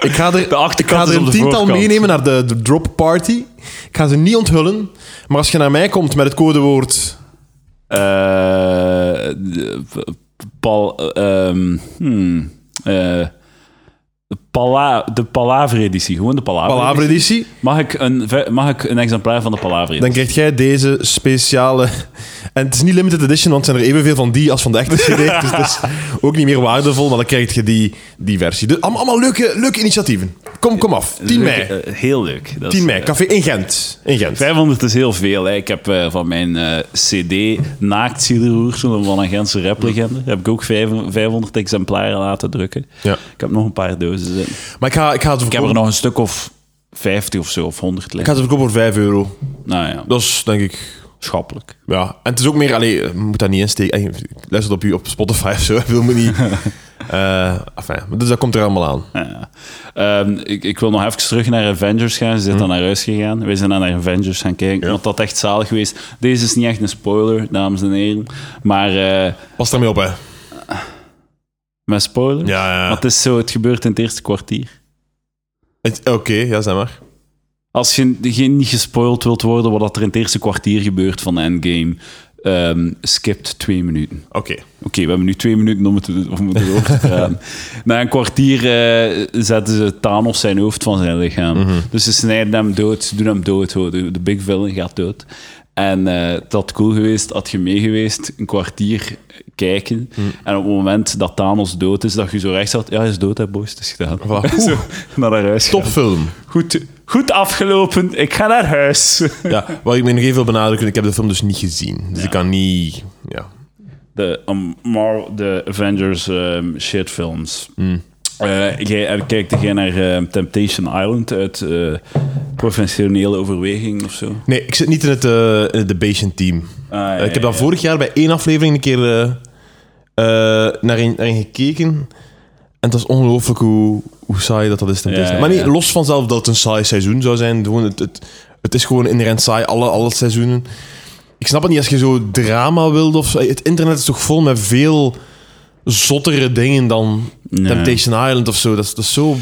Speaker 2: Ik ga er,
Speaker 1: De achterkant
Speaker 2: ik
Speaker 1: is
Speaker 2: ga er een
Speaker 1: op de
Speaker 2: tiental
Speaker 1: voorkant.
Speaker 2: meenemen naar de, de drop party. Ik ga ze niet onthullen, maar als je naar mij komt met het codewoord.
Speaker 1: Eh, de- Paul... eh, ehm, hmm, eh, pala de Palaver-editie. Gewoon de Palaver-editie.
Speaker 2: Palaver-editie.
Speaker 1: Mag, ik een ve- mag ik een exemplaar van de Palaver-editie?
Speaker 2: Dan krijg jij deze speciale... En het is niet limited edition, want er zijn er evenveel van die als van de echte CD. dus het is ook niet meer waardevol, maar dan krijg je die, die versie. Dus allemaal, allemaal leuke, leuke initiatieven. Kom, kom af. 10
Speaker 1: Leuk,
Speaker 2: mei.
Speaker 1: eh, heel leuk. Dat is,
Speaker 2: 10 mei,
Speaker 1: eh,
Speaker 2: café in Gent. In Gent.
Speaker 1: 500 is heel veel. Hè. Ik heb eh, van mijn eh, CD Naakt Zielroersel van een Gentse raplegende. Heb ik ook vijf- 500 exemplaren laten drukken.
Speaker 2: Ja.
Speaker 1: Ik heb nog een paar dozen. zitten.
Speaker 2: Maar ik ga, ik ga het
Speaker 1: Ik heb
Speaker 2: verkopen,
Speaker 1: er nog een stuk of 50 of zo, of 100
Speaker 2: ik ga
Speaker 1: liggen.
Speaker 2: het verkopen voor 5 euro.
Speaker 1: Nou ja,
Speaker 2: Dat is, denk ik...
Speaker 1: schappelijk.
Speaker 2: Ja, en het is ook meer... Allee, je moet daar niet insteken. Eh, Luister op, u, op Spotify of zo. Ik wil me niet... Eh, enfin, dus dat komt er allemaal aan.
Speaker 1: Ja. Ehm, ik, ik wil nog even terug naar Avengers gaan. Ze zijn
Speaker 2: Mhm.
Speaker 1: dan naar huis gegaan. Wij zijn dan naar Avengers gaan kijken. Want dat is echt zalig geweest. Deze is niet echt een spoiler, dames en heren. Maar eh,
Speaker 2: Pas daarmee op, hè.
Speaker 1: met spoiler.
Speaker 2: Ja, ja, ja.
Speaker 1: Want het is zo, het gebeurt in het eerste kwartier.
Speaker 2: Het- Oké, ja, zeg maar.
Speaker 1: Als je, je niet gespoild wilt worden wat dat er in het eerste kwartier gebeurt van de endgame, ehm skipt twee minuten.
Speaker 2: Oké.
Speaker 1: Oké, we hebben nu twee minuten om het, om het erover te praten. Na een kwartier eh, zetten ze Thanos zijn hoofd van zijn lichaam. Dus ze snijden hem dood, ze doen hem dood. hoor. De, de big villain gaat dood. En eh dat had cool geweest, had je mee geweest, een kwartier kijken. En op het moment dat Thanos dood is, dat je zo rechts zat, ja, hij is dood, hè, boys, het is gedaan.
Speaker 2: Voilà.
Speaker 1: Zo, naar haar huis gaan.
Speaker 2: Topfilm.
Speaker 1: Goed, goed afgelopen, ik ga naar huis.
Speaker 2: Ja, wat ik me nog even wil benadrukken, ik heb de film dus niet gezien. Dus ik kan niet... Ja.
Speaker 1: de, um, Marvel, de Avengers ehm, shitfilms.
Speaker 2: Hmm.
Speaker 1: Eh, jij eh, kijkt jij naar ehm, Temptation Island uit eh, professionele overweging of zo?
Speaker 2: Nee, ik zit niet in het, eh in het debation team.
Speaker 1: Ah, ja,
Speaker 2: Eh, ik
Speaker 1: ja,
Speaker 2: heb daar
Speaker 1: ja.
Speaker 2: vorig jaar bij één aflevering een keer eh, eh, naar, een, naar een gekeken. En het was ongelooflijk hoe, hoe saai dat, dat is. Temptation.
Speaker 1: ja,
Speaker 2: maar niet
Speaker 1: ja.
Speaker 2: los vanzelf dat het een saai seizoen zou zijn. Gewoon het, het, het is gewoon inherent saai, alle, alle seizoenen. Ik snap het niet als je zo drama wilt. Of, zo. het internet is toch vol met veel zottere dingen dan
Speaker 1: Nee.
Speaker 2: Temptation Island of zo. Dat is, dat is zo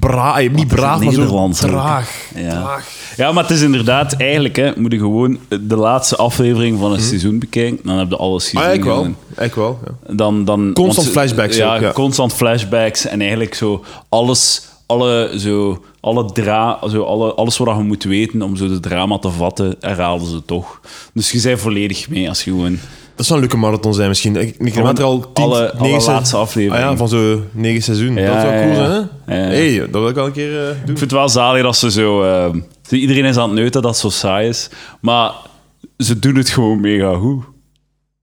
Speaker 2: braai. Niet braaf, maar zo
Speaker 1: Nederlands ook.
Speaker 2: traag.
Speaker 1: Ja.
Speaker 2: traag.
Speaker 1: ja, maar het is inderdaad, eigenlijk hè, moet je gewoon de laatste aflevering van een seizoen bekijken. Dan heb je alles gezien.
Speaker 2: Hmm. Ah, ja, ik wel.
Speaker 1: en
Speaker 2: Ik wel ja.
Speaker 1: Dan, dan,
Speaker 2: Constant
Speaker 1: want ze-
Speaker 2: flashbacks
Speaker 1: Ja,
Speaker 2: ook, ja.
Speaker 1: constant flashbacks. En eigenlijk zo alles, alle, zo, alle dra, zo, alle, alles wat je moet weten om zo de drama te vatten, herhaalden ze toch. Dus je bent volledig mee als je gewoon...
Speaker 2: Dat zou een leuke marathon zijn misschien. Ik, ik
Speaker 1: Gewoon
Speaker 2: raad er al tien,
Speaker 1: alle- alle
Speaker 2: negen se-
Speaker 1: laatste afleveringen.
Speaker 2: Ah ja, van zo'n negen seizoen.
Speaker 1: Ja,
Speaker 2: dat zou cool
Speaker 1: ja, ja.
Speaker 2: zijn, hè?
Speaker 1: Ja, ja.
Speaker 2: hey, dat wil ik al een keer eh, doen.
Speaker 1: Ik vind het wel zalig dat ze zo... eh, ze- iedereen is aan het neuten dat het zo saai is. Maar ze doen het gewoon mega goed.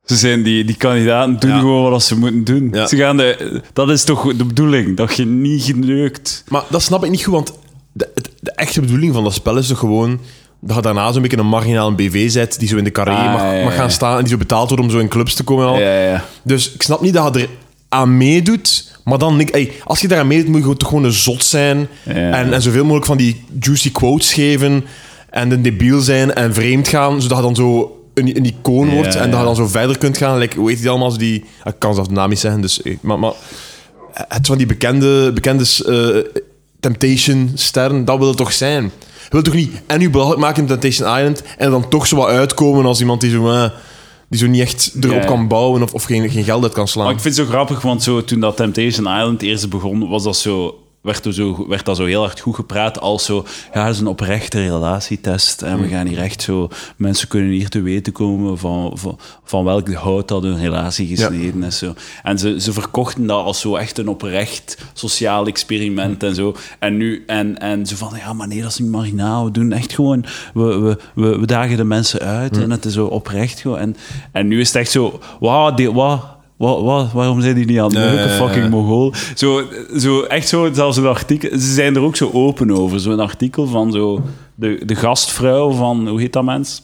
Speaker 1: Ze zijn die, die kandidaten, doen
Speaker 2: Ja.
Speaker 1: gewoon wat ze moeten doen.
Speaker 2: Ja.
Speaker 1: Ze gaan de, dat is toch de bedoeling, dat je niet geneukt...
Speaker 2: Maar dat snap ik niet goed, want de, het- de echte bedoeling van dat spel is toch gewoon dat je daarna zo'n beetje een marginaal BV zet die zo in de carré
Speaker 1: Ah,
Speaker 2: mag,
Speaker 1: ja, ja,
Speaker 2: mag gaan
Speaker 1: ja.
Speaker 2: staan en die zo betaald wordt om zo in clubs te komen en al.
Speaker 1: Ja, ja.
Speaker 2: Dus ik snap niet dat je er aan meedoet, maar dan denk ik, hey, als je daar aan meedoet, moet je gewoon- toch gewoon een zot zijn
Speaker 1: Ja.
Speaker 2: en, en zoveel mogelijk van die juicy quotes geven en een debiel zijn en vreemd gaan, zodat je dan zo een, een icoon wordt en dat je
Speaker 1: ja.
Speaker 2: dan zo verder kunt gaan. Like, hoe heet die allemaal? Zo Die, ik kan zelf de naam niet zeggen, dus, eh, maar, maar het is van die bekende, bekende eh, Temptation-sterren, dat wil het toch zijn? Je wilt toch niet en u belachelijk maken in Temptation Island en dan toch zo wat uitkomen als iemand die zo, eh, die zo niet echt erop
Speaker 1: Ja.
Speaker 2: kan bouwen of, of geen, geen geld uit kan slaan.
Speaker 1: Maar ik vind het zo grappig, want zo, toen dat Temptation Island eerst begon, was dat zo, werd, er zo, werd dat zo heel hard goed gepraat als zo... Ja, het is een oprechte relatietest en we gaan hier echt zo... Mensen kunnen hier te weten komen van, van, van welk hout dat hun relatie gesneden is. Zo. En ze, ze verkochten dat als zo echt een oprecht sociaal experiment en zo. En nu... En, en zo van, ja, maar nee, dat is niet marginaal. We doen echt gewoon... We, we, we, we dagen de mensen uit en het is zo oprecht gewoon. En, en nu is het echt zo... Wauw, die- wauw Wa- wa- waarom zijn die niet aan het
Speaker 2: Ja,
Speaker 1: neuken,
Speaker 2: ja, ja.
Speaker 1: fucking mogol? Zo, zo, echt zo, zelfs een artikel... Ze zijn er ook zo open over. Zo'n artikel van zo... De, de gastvrouw van... Hoe heet dat mens?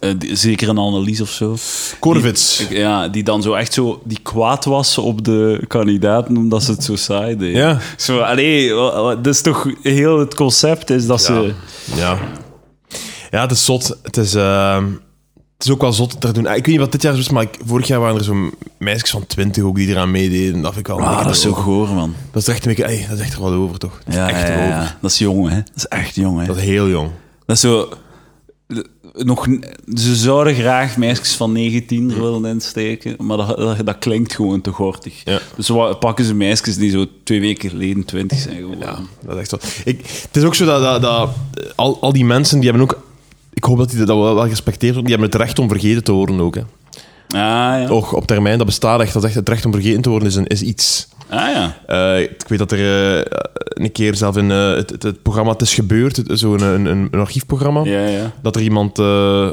Speaker 1: Eh, die- zeker een Annelies of zo.
Speaker 2: Korvits.
Speaker 1: Ja, die dan zo echt zo... Die kwaad was op de kandidaten omdat ze het zo saai deden.
Speaker 2: Ja.
Speaker 1: Zo, allee, wa- wa- dat is toch... Heel het concept is dat ze...
Speaker 2: Ja. ja, het is zot. Het is, ehm, het is ook wel zot te doen. Ah, Ik weet niet wat dit jaar is, maar ik- vorig jaar waren er zo'n meisjes van 20 ook die eraan meededen. Dat vind ik wel een
Speaker 1: Ah,
Speaker 2: beetje
Speaker 1: dat is zo
Speaker 2: erover.
Speaker 1: goor, man.
Speaker 2: Dat is echt een beetje, ey, dat is echt er wel over, toch? Dat is
Speaker 1: Ja,
Speaker 2: echt
Speaker 1: ja, ja,
Speaker 2: erover.
Speaker 1: ja. Dat is jong, hè. Dat is echt jong, hè.
Speaker 2: Dat is heel jong.
Speaker 1: Dat is zo... nog, n- ze zouden graag meisjes van 19 er willen insteken, maar dat, dat, dat klinkt gewoon te gortig.
Speaker 2: Ja.
Speaker 1: Dus wat, pakken ze meisjes die zo twee weken geleden 20 zijn geworden.
Speaker 2: Dat is echt zo. Ik, het is ook zo dat, dat, dat al, al die mensen, die hebben ook... Ik hoop dat die dat wel, wel gerespecteerd wordt. Die hebben het recht om vergeten te worden ook. Hè.
Speaker 1: Ah ja.
Speaker 2: Och, op termijn, dat bestaat echt. Dat is echt het recht om vergeten te worden is, een, is iets.
Speaker 1: Ah ja.
Speaker 2: Eh, ik weet dat er eh, een keer zelf in eh, het, het, het programma Het is gebeurd, het- zo'n eh, een, een, een archiefprogramma,
Speaker 1: Ja, ja.
Speaker 2: dat er iemand... eh,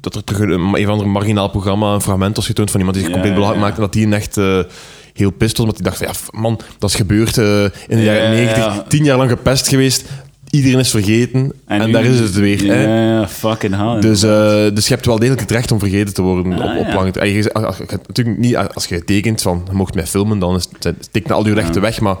Speaker 2: dat er terug een, een of ander marginaal programma een fragment was getoond van iemand die zich
Speaker 1: Ja,
Speaker 2: compleet belachelijk
Speaker 1: ja.
Speaker 2: maakte. En dat die een echt eh, heel pist was, omdat die dacht van, ja, f- man, dat is gebeurd eh, in de
Speaker 1: Ja,
Speaker 2: jaren
Speaker 1: ja,
Speaker 2: 90.
Speaker 1: ja.
Speaker 2: Tien jaar lang gepest geweest. Iedereen is vergeten. En,
Speaker 1: nu-
Speaker 2: daar is het weer.
Speaker 1: Ja,
Speaker 2: hè.
Speaker 1: ja, fucking hell.
Speaker 2: Dus, eh, dus je hebt wel degelijk het recht om vergeten te worden
Speaker 1: Ah,
Speaker 2: op, op
Speaker 1: ja.
Speaker 2: lange termijn. Je- als- als- als- Natuurlijk niet als je tekent van, je mocht mij filmen, dan is- zijn- tekenen al je rechten weg, maar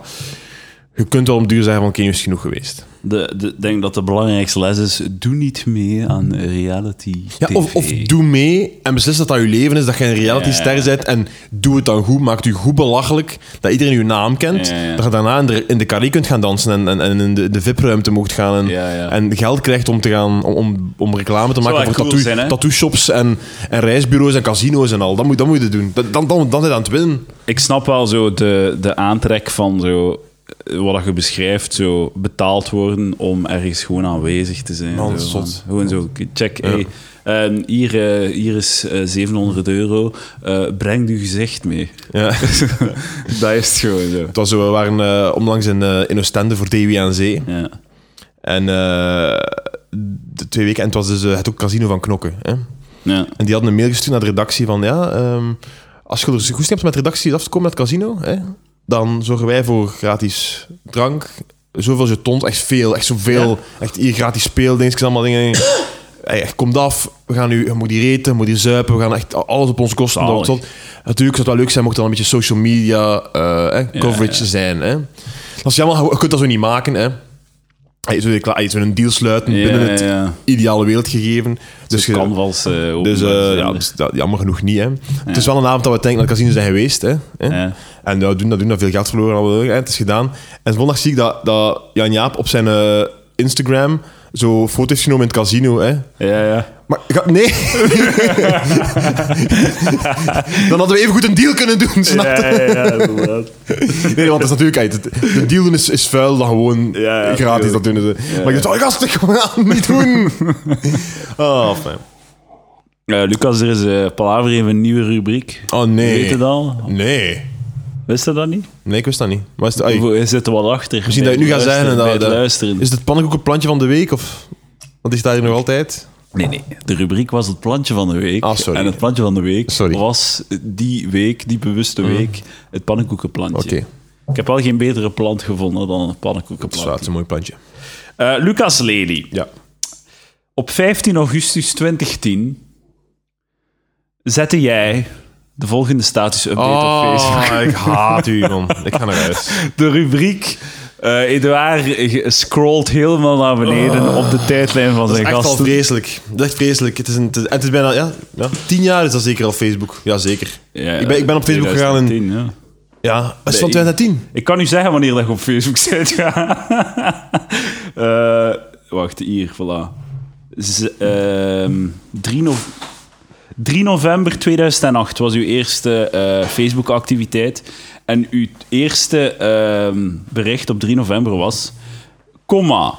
Speaker 2: je kunt wel om duur zeggen van, oké, nu is het genoeg geweest.
Speaker 1: De, de, ik denk dat de belangrijkste les is, doe niet mee aan reality
Speaker 2: Ja, of,
Speaker 1: TV.
Speaker 2: of doe mee en beslis dat dat je leven is, dat je een realityster
Speaker 1: Ja.
Speaker 2: bent en doe het dan goed, maak je goed belachelijk, dat iedereen je naam kent,
Speaker 1: Ja, ja.
Speaker 2: dat je daarna in de, in de carré kunt gaan dansen en, en, en in de, de VIP-ruimte mocht gaan en,
Speaker 1: Ja, ja.
Speaker 2: en geld krijgt om, te gaan, om, om, om reclame te maken
Speaker 1: wel
Speaker 2: voor
Speaker 1: cool
Speaker 2: tattoo,
Speaker 1: zijn, hè?
Speaker 2: tattoo shops en, en reisbureaus en casino's en al. Dat moet, dat moet je doen. Dat- dan, dan, dan zijn je aan het winnen.
Speaker 1: Ik snap wel zo de, de aantrek van zo, eh, wat dat je beschrijft, zo betaald worden om ergens gewoon aanwezig te zijn.
Speaker 2: Man,
Speaker 1: zo,
Speaker 2: zot.
Speaker 1: van, Gewoon zo, check, hey, ehm, hier, eh, hier is eh, 700 euro, eh, breng je gezicht mee.
Speaker 2: Ja.
Speaker 1: Dat is het gewoon zo.
Speaker 2: Het was zo, we waren eh, onlangs in, eh, in Oostende voor DW aan Zee.
Speaker 1: Ja.
Speaker 2: En eh, de twee weken, en het was dus eh, het ook Casino van Knokken. Hè?
Speaker 1: Ja.
Speaker 2: En die hadden een mail gestuurd naar de redactie van, ja, ehm, als je er goed hebt met de redactie af te komen met het casino, hè, dan zorgen wij voor gratis drank. Zoveel jetons, echt veel, echt zoveel. Echt hier gratis speeldingetjes, allemaal dingen. Hey, echt, komt af, we gaan nu, je moet hier eten, je moet hier zuipen, we gaan echt alles op ons kosten.
Speaker 1: Zalig.
Speaker 2: Dat- dat- Natuurlijk zou het wel leuk zijn mocht er dan een beetje social media eh, hè, coverage
Speaker 1: ja.
Speaker 2: zijn. Hè. Dat is jammer, je kunt dat zo niet maken. Hè. Hey, zo- hey, Zo'n deal sluiten
Speaker 1: Ja,
Speaker 2: binnen het
Speaker 1: ja.
Speaker 2: ideale wereldgegeven. Dus je-
Speaker 1: Canvas, eh, open
Speaker 2: dus eh,
Speaker 1: zender.
Speaker 2: ja, dat is- dat- jammer genoeg niet. Hè. Het is wel een avond dat we denk ik naar het casino zijn geweest. Hè. Hè?
Speaker 1: Ja.
Speaker 2: En dat doen, dat doen, dat veel geld verloren. allemaal, hè. Het is gedaan. En zondag zie ik dat, dat Jan Jaap op zijn eh, Instagram zo foto's heeft genomen in het casino. Hè.
Speaker 1: ja, ja.
Speaker 2: Maar ik had- nee. Dan hadden we even goed een deal kunnen doen, snap je?
Speaker 1: Ja, ja, ja, inderdaad.
Speaker 2: Nee, want dat is natuurlijk... uit. het- De deal doen is, is vuil dan gewoon
Speaker 1: Ja, ja,
Speaker 2: gratis. Dat doen ze. maar ik dacht, oh, gasten, gewoon niet doen. Oh, fijn.
Speaker 1: Eh, Lucas, er is eh Palaver heeft een nieuwe rubriek.
Speaker 2: Oh, nee.
Speaker 1: Weet je dat al?
Speaker 2: Nee.
Speaker 1: Wist je dat niet?
Speaker 2: Nee, ik wist dat niet. Maar is het, ah, ai,
Speaker 1: Of, eh, zit er wat achter?
Speaker 2: misschien dat je het nu gaat zeggen.
Speaker 1: Luisteren,
Speaker 2: en dat-
Speaker 1: bij het
Speaker 2: dat-
Speaker 1: luisteren.
Speaker 2: Is het pannenkoekenplantje van de week? Of, want die staat hier nog altijd.
Speaker 1: Nee, nee. De rubriek was het plantje van de week.
Speaker 2: Ah, sorry.
Speaker 1: En het plantje van de week
Speaker 2: Sorry. Mhm.
Speaker 1: was die week, die bewuste week, het pannenkoekenplantje.
Speaker 2: Oké.
Speaker 1: Ik heb wel geen betere plant gevonden dan een
Speaker 2: Zwaar, het
Speaker 1: pannenkoekenplant.
Speaker 2: is een mooi plantje.
Speaker 1: Eh, Lucas Lely.
Speaker 2: Ja.
Speaker 1: Op 15 augustus 2010 zette jij de volgende status-update op Facebook.
Speaker 2: Oh, ik haat u, man. Ik ga naar huis.
Speaker 1: de rubriek. eh Edouard ge- scrolt helemaal naar beneden op de tijdlijn van zijn
Speaker 2: Ah. Echt al
Speaker 1: gasten.
Speaker 2: vreselijk. Dat is echt vreselijk. Het is, een, het is- en het is bijna... Ja, ja, tien jaar is dat zeker al Facebook. Ja, zeker.
Speaker 1: Ja,
Speaker 2: ik, ben, ik ben op Facebook gegaan in...
Speaker 1: 2010, ja.
Speaker 2: Ja, het is van 2010.
Speaker 1: Ik kan u zeggen wanneer dat je op Facebook zit. Eh, wacht, hier, voilà. Z- ehm, 3, nov- 3 november 2008 was uw eerste eh, Facebook-activiteit. En uw eerste ehm, bericht op 3 november was... Komma.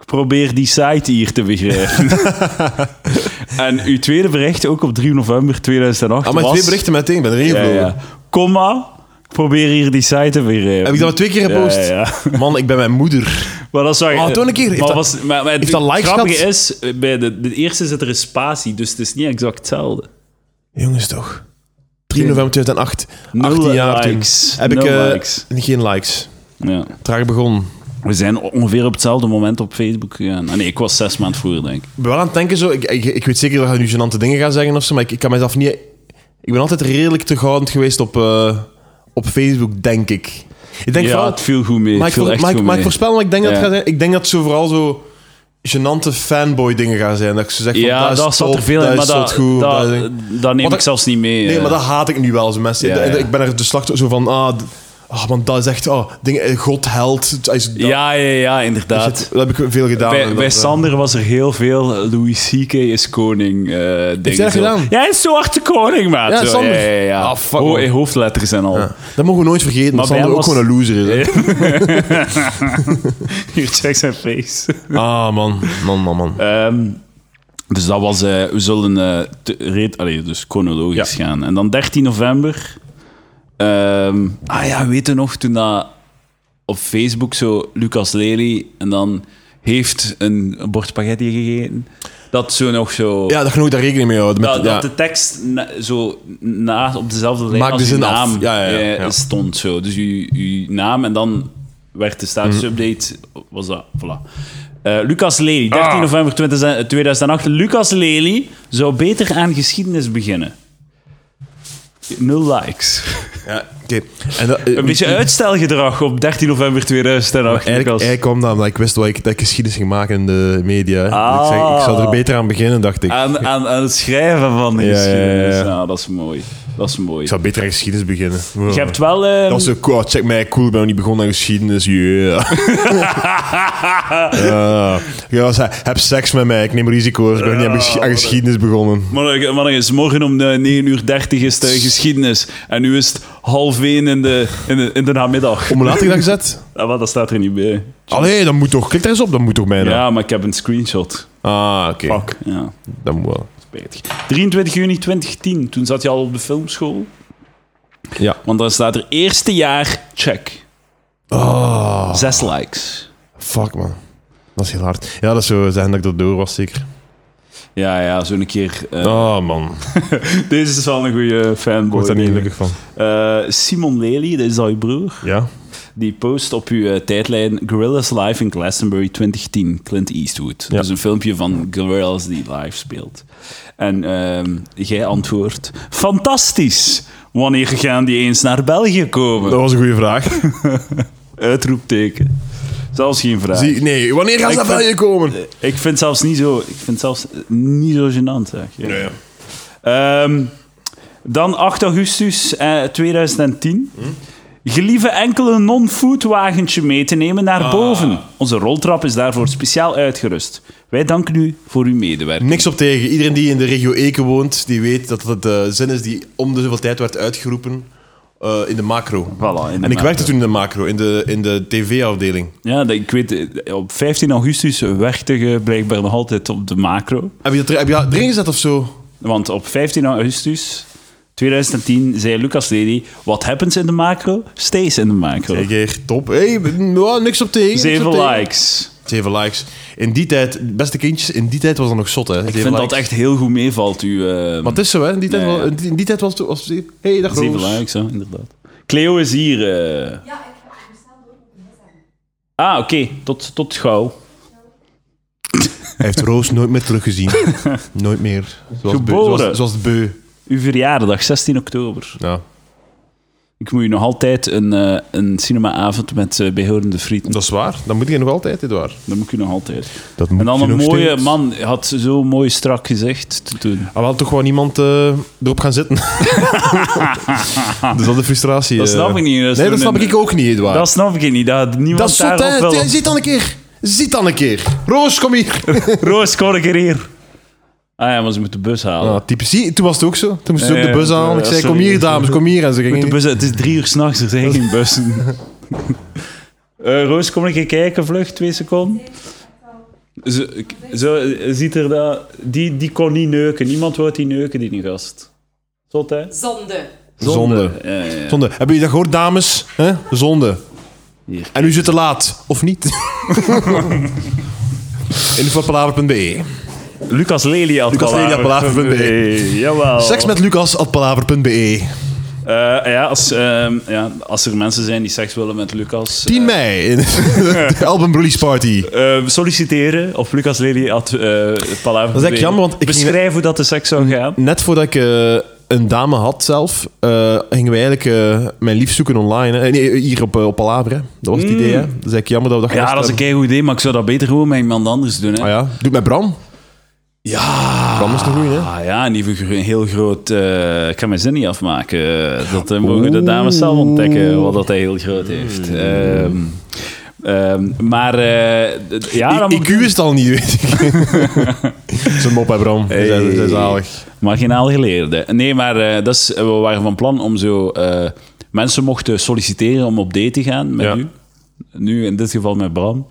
Speaker 1: Ik probeer die site hier te begrijpen. en uw tweede bericht, ook op 3 november 2008,
Speaker 2: Ah, maar
Speaker 1: was...
Speaker 2: twee berichten meteen. Ik ben erin
Speaker 1: Ja,
Speaker 2: gevlogen.
Speaker 1: ja. Komma, ik probeer hier die site te begrijpen.
Speaker 2: Heb ik dat maar twee keer gepost?
Speaker 1: Ja, ja, ja.
Speaker 2: Man, ik ben mijn moeder.
Speaker 1: Maar dat is waar.
Speaker 2: Oh, toen een keer. Heeft
Speaker 1: Maar,
Speaker 2: dat-
Speaker 1: was, maar, maar het
Speaker 2: heeft dat likes
Speaker 1: grappige
Speaker 2: gehad?
Speaker 1: is, bij de, de eerste zit er een spatie, dus het is niet exact hetzelfde.
Speaker 2: Jongens toch. 3 november 2008.
Speaker 1: Nul
Speaker 2: 18 jaar toen.
Speaker 1: likes.
Speaker 2: Heb ik
Speaker 1: Nul
Speaker 2: eh,
Speaker 1: likes.
Speaker 2: geen likes.
Speaker 1: Ja.
Speaker 2: Traag begonnen.
Speaker 1: We zijn ongeveer op hetzelfde moment op Facebook gegaan. Ah, nee, ik was zes maanden voor, denk ik.
Speaker 2: Ik ben wel aan het denken zo. Ik, ik, ik weet zeker dat je nu gênante dingen gaat zeggen of zo, maar ik, ik kan mezelf niet... Ik ben altijd redelijk terughoudend geweest op, eh, op Facebook, denk ik. Ik denk
Speaker 1: ja,
Speaker 2: vooral...
Speaker 1: het viel goed mee.
Speaker 2: maar
Speaker 1: het
Speaker 2: ik,
Speaker 1: viel
Speaker 2: voor-
Speaker 1: echt
Speaker 2: maar ik-
Speaker 1: goed
Speaker 2: maar ik
Speaker 1: mee.
Speaker 2: voorspel wat ik denk dat
Speaker 1: Ja.
Speaker 2: het gaat zijn. Ik denk dat het zo vooral zo... Gênante fanboy dingen gaan zijn. Dat ik zo zeg van,
Speaker 1: ja,
Speaker 2: dat,
Speaker 1: dat,
Speaker 2: is
Speaker 1: zat
Speaker 2: top,
Speaker 1: er veel in,
Speaker 2: dat
Speaker 1: maar
Speaker 2: is
Speaker 1: dat,
Speaker 2: zot goed.
Speaker 1: dat,
Speaker 2: dat is-
Speaker 1: dat neem
Speaker 2: Wat
Speaker 1: ik
Speaker 2: ik-
Speaker 1: zelfs niet mee.
Speaker 2: Nee,
Speaker 1: eh.
Speaker 2: maar dat haat ik nu wel, zo mensen.
Speaker 1: Ja, ja.
Speaker 2: Ik ben er de slachtoffer zo van, ah, d- Ah, want dat is echt... Oh, ding, eh, God, held. Dat is- dat-
Speaker 1: Ja, ja, ja, inderdaad.
Speaker 2: Dat heb ik veel gedaan.
Speaker 1: Bij,
Speaker 2: en dat,
Speaker 1: bij
Speaker 2: eh,
Speaker 1: Sander was er heel veel eh, Louis C.K. is koning eh dingen.
Speaker 2: dat
Speaker 1: zo.
Speaker 2: gedaan?
Speaker 1: Ja, hij is zwarte koning, maat.
Speaker 2: Ja,
Speaker 1: Zo,
Speaker 2: Sander.
Speaker 1: Ja, ja, ja.
Speaker 2: Ah, fuck,
Speaker 1: Ho-
Speaker 2: man.
Speaker 1: hoofdletters en al.
Speaker 2: Dat mogen we nooit vergeten,
Speaker 1: Maar
Speaker 2: dat
Speaker 1: bij
Speaker 2: Sander
Speaker 1: hem was-
Speaker 2: ook gewoon een loser is. hè.
Speaker 1: Hier, check zijn face.
Speaker 2: Ah, man. Man, man, man.
Speaker 1: Ehm, dus dat was... eh, we zullen eh, te- reed, allee, dus chronologisch gaan. En dan 13 november... ehm, ah ja, weet je nog, toen dat op Facebook zo Lucas Lely en dan heeft een bord spaghetti gegeten. Dat zo nog zo...
Speaker 2: Ja, daar genoeg daar rekening mee houden. Met,
Speaker 1: dat,
Speaker 2: ja.
Speaker 1: dat de tekst na- zo na, op dezelfde lijn
Speaker 2: Maak
Speaker 1: als
Speaker 2: de
Speaker 1: uw
Speaker 2: zin af.
Speaker 1: naam
Speaker 2: Ja, ja, ja,
Speaker 1: eh,
Speaker 2: ja.
Speaker 1: stond. Zo. Dus uw, uw naam en dan werd de
Speaker 2: Mhm.
Speaker 1: statusupdate... Was dat, voilà. Eh, Lucas Lely, 13 november 20 2008. Lucas Lely zou beter aan geschiedenis beginnen. Nul likes.
Speaker 2: Ja, oké. En dat- eh,
Speaker 1: Een beetje uitstelgedrag op 13 november 2008,
Speaker 2: Eigenlijk,
Speaker 1: Lucas.
Speaker 2: eigenlijk kwam dat omdat ik wist dat ik, dat ik geschiedenis ging maken in de media. Dus
Speaker 1: Ah.
Speaker 2: Ik, zei, ik zou er beter aan beginnen, dacht ik.
Speaker 1: Aan, aan, aan het schrijven van de
Speaker 2: Ja, ja, ja,
Speaker 1: geschiedenis.
Speaker 2: ja.
Speaker 1: Nou, dat is mooi. Dat is mooi.
Speaker 2: Ik zou beter aan geschiedenis beginnen.
Speaker 1: Je hebt wel... ehm,
Speaker 2: Dat is zo cool. Ah, Check mij, cool, ik ben nog niet begonnen aan geschiedenis. Eh, Yeah. ja. Ja, zei, heb seks met mij, ik neem risico's. Ik ben nog niet aan, geschi- aan geschiedenis begonnen.
Speaker 1: Morgen, morgen is morgen om 9 uur 30 is de geschiedenis. En nu is het half 1 in de, in de, in de namiddag.
Speaker 2: Om later dat gezet?
Speaker 1: Ah, wat, dat staat er niet bij.
Speaker 2: Allee, dat moet toch. Klik daar eens op, dat moet toch bijna.
Speaker 1: Ja, maar ik heb een screenshot.
Speaker 2: Ah, oké.
Speaker 1: Fuck. Ja,
Speaker 2: Dat moet wel.
Speaker 1: spijtig. 23 juni 2010, toen zat je al op de filmschool.
Speaker 2: Ja.
Speaker 1: Want dan staat er eerste jaar, check.
Speaker 2: Oh,
Speaker 1: Zes likes.
Speaker 2: fuck man. Dat is heel hard. Ja, dat is zo zeggen dat ik er door was, zeker.
Speaker 1: Ja, ja, zo'n keer. eh,
Speaker 2: Oh man,
Speaker 1: Deze is wel een goede
Speaker 2: ik word
Speaker 1: fanboy.
Speaker 2: daar niet gelukkig van.
Speaker 1: Eh, Simon Lely, dat is al je broer.
Speaker 2: Ja?
Speaker 1: Die post op uw eh, tijdlijn Gorillas Live in Glastonbury 2010, Clint Eastwood.
Speaker 2: Ja.
Speaker 1: Dus een filmpje van Gorillas die live speelt. En ehm, jij antwoordt, fantastisch! Wanneer gaan die eens naar België komen?
Speaker 2: Dat was een goede vraag.
Speaker 1: Uitroepteken. Zelfs geen vraag.
Speaker 2: Zie, nee, wanneer gaan ze
Speaker 1: Ik
Speaker 2: naar
Speaker 1: vind-
Speaker 2: België komen?
Speaker 1: Ik vind zelfs niet zo, ik vind zelfs eh, niet zo gênant. Zeg. Ja.
Speaker 2: Nee.
Speaker 1: Ehm, dan 8 augustus eh, 2010. Gelieve enkel een non-food wagentje mee te nemen naar boven. Onze roltrap is daarvoor speciaal uitgerust. Wij danken u voor uw medewerking.
Speaker 2: Niks op tegen. Iedereen die in de regio Eken woont, die weet dat het de zin is die om de zoveel tijd werd uitgeroepen eh, in de macro.
Speaker 1: Voilà, in de
Speaker 2: en ik
Speaker 1: macro.
Speaker 2: werkte toen in de macro, in de, in de tv-afdeling.
Speaker 1: Ja, dat- ik weet, eh, op 15 augustus werkte je blijkbaar nog altijd op de macro.
Speaker 2: Heb je dat er- heb je dat erin gezet of zo?
Speaker 1: Want op 15 augustus 2010 zei Lucas Lely... What happens in de macro, stays in de macro.
Speaker 2: Kijk hier, top. Hey, nou, niks op tegen. niks
Speaker 1: Zeven
Speaker 2: op tegen.
Speaker 1: likes.
Speaker 2: Zeven likes. In die tijd, beste kindjes, in die tijd was dat nog zot, hè?
Speaker 1: Ik vind dat echt heel goed meevalt, uw... eh,
Speaker 2: Maar het is zo, hè? In die tijd,
Speaker 1: Ja, ja.
Speaker 2: was- in die- in die tijd was het... Was, het- hey, dag
Speaker 1: Zeven
Speaker 2: Roos.
Speaker 1: likes, hè, inderdaad. Cleo is hier. eh.
Speaker 3: Ja, ik ga het snel door op de mes hebben.
Speaker 1: Ah, oké. Tot, tot gauw.
Speaker 2: Hij heeft Roos nooit meer teruggezien. nooit meer. Zoals, beu,
Speaker 1: Geboren.
Speaker 2: zoals, zoals het beu.
Speaker 1: Uw verjaardag, 16 oktober.
Speaker 2: Ja,
Speaker 1: Ik moet u nog altijd een, eh, een cinemaavond met eh, behorende frieten.
Speaker 2: dat is waar. Dat moet je nog altijd, Edouard.
Speaker 1: Dat moet ik u nog altijd.
Speaker 2: Dat moet
Speaker 1: En dan
Speaker 2: je
Speaker 1: een
Speaker 2: nog
Speaker 1: mooie
Speaker 2: steeds.
Speaker 1: man had zo mooi strak gezegd te doen.
Speaker 2: Ah, wel toch gewoon iemand eh, erop gaan zitten. dus dat de frustratie.
Speaker 1: Dat
Speaker 2: eh.
Speaker 1: snap ik niet. Dat is
Speaker 2: nee,
Speaker 1: zo'n-
Speaker 2: dat snap ik ook niet, Edouard.
Speaker 1: Dat snap ik niet. Dat had niemand
Speaker 2: Ah. Dat is zot,
Speaker 1: daarop
Speaker 2: hè?
Speaker 1: wel-
Speaker 2: Zit dan een keer. Zit dan een keer. Roos, kom hier.
Speaker 1: Roos, kom een keer hier. Ah ja, maar ze moeten de bus halen.
Speaker 2: Ah, typisch. Zie, toen was het ook zo. Toen moesten ze
Speaker 1: Ja,
Speaker 2: ook de bus
Speaker 1: Eh, ja,
Speaker 2: aan. Ik
Speaker 1: ja,
Speaker 2: zei, kom
Speaker 1: sorry.
Speaker 2: hier, dames, kom hier. En ze
Speaker 1: Moet
Speaker 2: gingen...
Speaker 1: de bus- het is drie uur s'nachts, er zijn geen bussen. Eh, Roos, kom ik kijken, vlug, twee seconden. Zo, ik- zo eh, ziet er dat. Die, die kon niet neuken. Niemand wou die neuken, die gast. Zot, hè?
Speaker 3: Zonde.
Speaker 2: Zonde.
Speaker 1: Ja, ja, ja.
Speaker 2: Zonde. Hebben jullie dat gehoord, dames? Hè? Zonde.
Speaker 1: Hier.
Speaker 2: En u zit te laat. Of niet? Infopalaver.be
Speaker 1: Lucas Lely had
Speaker 2: Lucas Lely had palaver.be.
Speaker 1: Jawel.
Speaker 2: Seks met Lucas at palaver.be.
Speaker 1: Eh, ja, als, ehm, ja, als er mensen zijn die seks willen met Lucas.
Speaker 2: 10 mei in de album release party.
Speaker 1: eh, solliciteren op Lucas Lely had eh palaver.
Speaker 2: Dat is echt jammer, want ik ging- Mm.
Speaker 1: Beschrijf hoe dat de seks zou gaan.
Speaker 2: Net voordat ik eh, een dame had zelf, eh, gingen we eigenlijk eh, mijn lief zoeken online. Hè. Nee, hier op, eh, op Palaver. hè. Dat was het idee.
Speaker 1: Mm.
Speaker 2: Hè. Dat is eigenlijk jammer dat we dat
Speaker 1: Ja, dat is een keigoed idee, maar ik zou dat beter gewoon met iemand anders doen. Hè?
Speaker 2: Ah Oh ja, doe het met Bram.
Speaker 1: Ja.
Speaker 2: Bram is een goeie, hè?
Speaker 1: Ah, ja, en die heeft een heel groot... eh, ik kan mijn zin niet afmaken. Dat eh, mogen de dames zelf ontdekken, wat dat hij heel groot heeft. Ehm, ehm, maar eh, d- ja, dan
Speaker 2: I- IQ is het al niet, weet ik. Zijn mop, hè, Bram. Hey. Dat is zalig.
Speaker 1: Marginaal geleerde. Nee, maar eh, dat is, we waren van plan om zo... eh, mensen mochten solliciteren om op date te gaan met
Speaker 2: Ja.
Speaker 1: u. Nu in dit geval met Bram.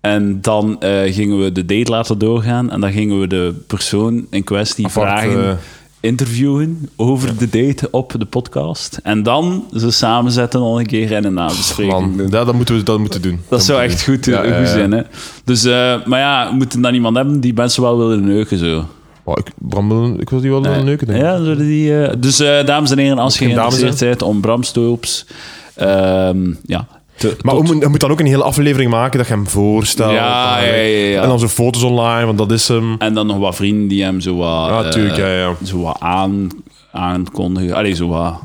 Speaker 1: En dan eh, gingen we de date laten doorgaan. En dan gingen we de persoon in kwestie
Speaker 2: Apart,
Speaker 1: vragen,
Speaker 2: eh,
Speaker 1: interviewen over de date op de podcast. En dan ze samenzetten al een keer en een nabespreking.
Speaker 2: Man, dat, dat, moeten we, dat moeten we doen.
Speaker 1: Dat zou
Speaker 2: moeten
Speaker 1: echt goed,
Speaker 2: Ja,
Speaker 1: goed
Speaker 2: ja, ja.
Speaker 1: zijn, hè. Dus, eh, maar ja, we moeten dan iemand hebben die mensen wel willen neuken, zo.
Speaker 2: we doen. Oh, ik, Bram, wil- ik wil die wel doen neuken, denk ik.
Speaker 1: Ja, zullen die, eh, dus eh, dames en heren, als je
Speaker 2: Geen dames,
Speaker 1: geïnteresseerd bent om Bram Stoops, ehm, ja, te-
Speaker 2: Maar
Speaker 1: tot-
Speaker 2: we moeten- je moet dan ook een hele aflevering maken dat je hem voorstelt.
Speaker 1: Ja, ja, ja, ja.
Speaker 2: En dan zijn foto's online, want dat is hem.
Speaker 1: en dan nog wat vrienden die hem zo wat,
Speaker 2: Ja,
Speaker 1: eh,
Speaker 2: tuurlijk, ja, ja.
Speaker 1: Zo wat aan, aankondigen, allee, zo wat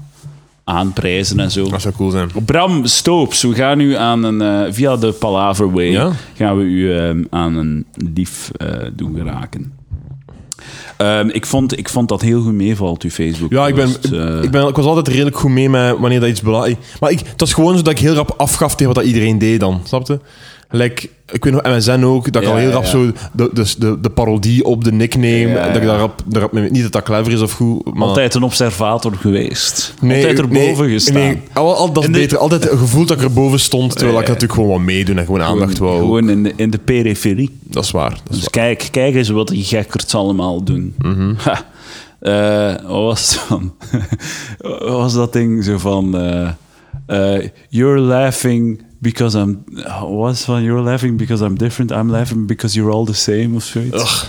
Speaker 1: aanprijzen en zo.
Speaker 2: Dat zou cool zijn.
Speaker 1: Bram Stoops, we gaan u aan een, eh, via de Palaver Way
Speaker 2: Ja.
Speaker 1: gaan we u ehm, aan een dief eh, doen geraken. Ehm, ik, vond, ik vond dat heel goed meevalt, uw Facebook.
Speaker 2: Ja, ik, ben,
Speaker 1: post, eh.
Speaker 2: ik, ben, ik was altijd redelijk goed mee met wanneer dat iets belangrijk... Maar ik, het was gewoon zo dat ik heel rap afgaf tegen wat dat iedereen deed dan, snapte? Like, ik weet nog, MSN ook, dat ik
Speaker 1: Ja,
Speaker 2: al heel rap
Speaker 1: ja.
Speaker 2: zo de, de, de, de parodie op de nickname,
Speaker 1: Ja,
Speaker 2: dat ik
Speaker 1: ja.
Speaker 2: daar rap, daar rap mee... Niet dat dat clever is of goed, maar...
Speaker 1: Altijd een observator geweest.
Speaker 2: Nee,
Speaker 1: Altijd erboven
Speaker 2: nee,
Speaker 1: gestaan.
Speaker 2: nee, al, al- dat is
Speaker 1: In de-
Speaker 2: beter. Altijd het gevoel dat ik erboven stond, terwijl ik natuurlijk gewoon wat meedoen en gewoon aandacht wou.
Speaker 1: Gewoon in de, in de periferie.
Speaker 2: Dat is waar. Dat is
Speaker 1: Dus kijk, kijk eens wat die gekkerts allemaal doen.
Speaker 2: Mhm.
Speaker 1: Ha. Eh, wat was het dan? wat was dat ding zo van... eh, eh, you're laughing because I'm... Wat was het van? You're laughing because I'm different. I'm laughing because you're all the same of zoiets.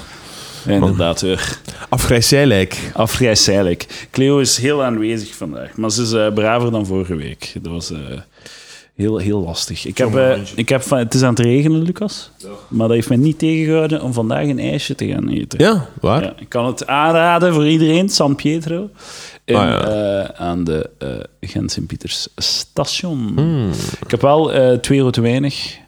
Speaker 1: Ja, inderdaad, ugh.
Speaker 2: Afgrijsijlijk.
Speaker 1: Afgrijs eigenlijk. Cleo is heel aanwezig vandaag, maar ze is eh, braver dan vorige week. Dat was eh, heel, heel lastig. Ik heb, eh, ik heb van, het is aan het regenen, Lucas, maar dat heeft mij niet tegengehouden om vandaag een ijsje te gaan eten.
Speaker 2: Ja, waar?
Speaker 1: Ja, ik kan het aanraden voor iedereen, San Pietro, in,
Speaker 2: Ah, ja.
Speaker 1: eh, aan de eh Gent-Sint-Pieters station.
Speaker 2: Hmm.
Speaker 1: Ik heb wel eh, twee euro te weinig,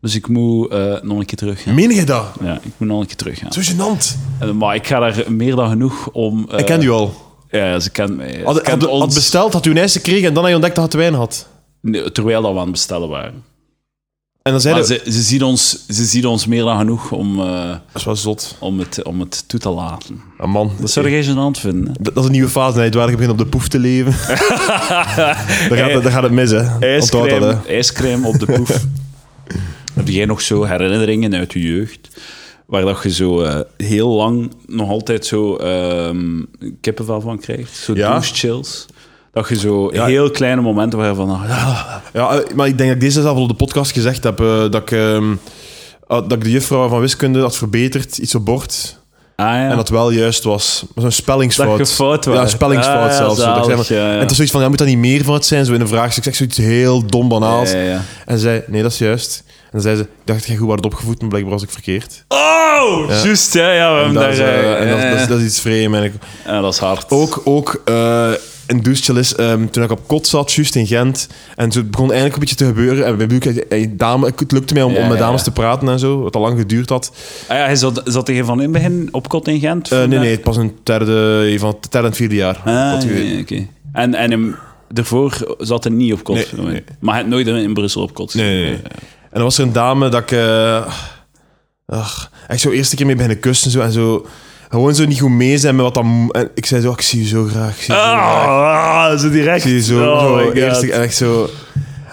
Speaker 1: dus ik moet eh, nog een keer terug gaan.
Speaker 2: Meen je dat?
Speaker 1: Ja, ik moet nog een keer terug gaan.
Speaker 2: Zo gênant.
Speaker 1: Eh, Maar ik ga daar meer dan genoeg om... eh,
Speaker 2: ik ken u al.
Speaker 1: ja, ze kent mij. Ze
Speaker 2: Had, had,
Speaker 1: kent
Speaker 2: had
Speaker 1: ons,
Speaker 2: besteld, had u een ijs gekregen en dan had je ontdekt dat het wijn had.
Speaker 1: Nee, terwijl dat we aan het bestellen waren.
Speaker 2: En dan zei
Speaker 1: Maar
Speaker 2: hij...
Speaker 1: ze, ze, ziet ons, ze ziet ons meer dan genoeg om, eh,
Speaker 2: Dat is wel zot.
Speaker 1: om, het, om het toe te laten.
Speaker 2: Ah, man.
Speaker 1: Dat zou jij gênant vinden.
Speaker 2: Dat, dat is een nieuwe fase, hè. waar je begint op de poef te leven. dan, gaat, het- dan gaat het mis, hè. Onthoud dat, hè.
Speaker 1: Ijscrème, ijscrème op de proef. Heb jij nog zo herinneringen uit je jeugd? Waar dat je zo eh, heel lang nog altijd zo ehm kippenvel van krijgt? Zo
Speaker 2: Ja.
Speaker 1: douchechills? Dat je zo
Speaker 2: Ja.
Speaker 1: heel kleine momenten waar je van... ah, ja,
Speaker 2: Ja, eh, maar ik denk dat ik deze zelf al op de podcast gezegd heb, eh, dat, ik, ehm, ah, dat ik de juffrouw van wiskunde had verbeterd, iets op bord.
Speaker 1: ah ja.
Speaker 2: En dat wel juist was. Maar Zo'n spellingsfout.
Speaker 1: Dat je fout was.
Speaker 2: Ja, een spellingsfout
Speaker 1: Ah, ja,
Speaker 2: zelfs.
Speaker 1: zalig,
Speaker 2: Dat ik zei,
Speaker 1: ja,
Speaker 2: maar-
Speaker 1: ja.
Speaker 2: En het was zoiets van, ja, moet dat niet meervoud zijn? Zo in een vraag. Dus Ik zeg zoiets heel dom banaals.
Speaker 1: Ja, ja, ja.
Speaker 2: En zei, nee, dat is juist. En dan zei ze, ik dacht dat jij goed werd opgevoed, maar blijkbaar was ik verkeerd.
Speaker 1: Oh, juist, hè? Ja, we hebben
Speaker 2: En dat
Speaker 1: daar.
Speaker 2: is, eh, en dat is-
Speaker 1: eh,
Speaker 2: dat is- dat is iets vreemd. En ik-
Speaker 1: ja, dat is hard.
Speaker 2: Ook, ook eh, een douchegel is, ehm, toen ik op kot zat, juist in Gent, en toen begon eindelijk een beetje te gebeuren. En bij Buuk, eh, dame, het lukte mij om,
Speaker 1: Ja,
Speaker 2: om met
Speaker 1: ja,
Speaker 2: dames
Speaker 1: ja.
Speaker 2: te praten en zo, wat al lang geduurd had.
Speaker 1: Ah, ja, hij zat, zat tegen van in het begin op kot in Gent?
Speaker 2: Eh, nee, nee, het was een derde, van het derde en het vierde jaar.
Speaker 1: Ah,
Speaker 2: Wat
Speaker 1: ja,
Speaker 2: je-
Speaker 1: ja, oké. En, en hem, daarvoor zat hij niet op kot.
Speaker 2: Nee, nee.
Speaker 1: Maar hij had nooit in Brussel op kot.
Speaker 2: Nee, nee, nee. En dan was er een dame dat ik... eh, ach, echt zo eerste keer mee beginnen kussen en zo, en zo... Gewoon zo niet goed mee zijn met wat dan... En ik zei zo, "Oh, ik zie je zo graag, ik zie je zo graag.
Speaker 1: Ah, zo direct.
Speaker 2: Ik zie je zo,
Speaker 1: Oh
Speaker 2: zo
Speaker 1: my God.
Speaker 2: eerste, en echt zo...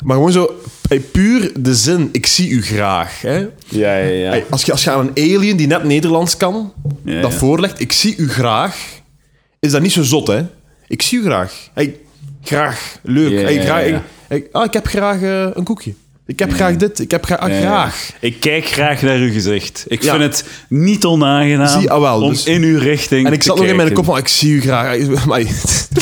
Speaker 2: Maar gewoon zo, eh, puur de zin, ik zie u graag. Hè?
Speaker 1: Ja, ja, ja.
Speaker 2: Hey, als, je, als je aan een alien die net Nederlands kan,
Speaker 1: Ja,
Speaker 2: dat
Speaker 1: ja.
Speaker 2: voorlegt, ik zie u graag, is dat niet zo zot, hè? Ik zie u graag. Hey, graag, leuk.
Speaker 1: Ja,
Speaker 2: Hey,
Speaker 1: ja, ja.
Speaker 2: graag ik- ik- ah, ik heb graag eh, een koekje. Ik heb graag dit. Ik heb graag... ah,
Speaker 1: Ja, ja.
Speaker 2: graag.
Speaker 1: Ik kijk graag naar uw gezicht. Ik
Speaker 2: Ja.
Speaker 1: vind het niet onaangenaam
Speaker 2: Zie, ah, wel,
Speaker 1: om
Speaker 2: dus-
Speaker 1: in uw richting
Speaker 2: En ik zat
Speaker 1: te
Speaker 2: nog in mijn
Speaker 1: kijken.
Speaker 2: kop van, ik zie u graag. Hey, maar-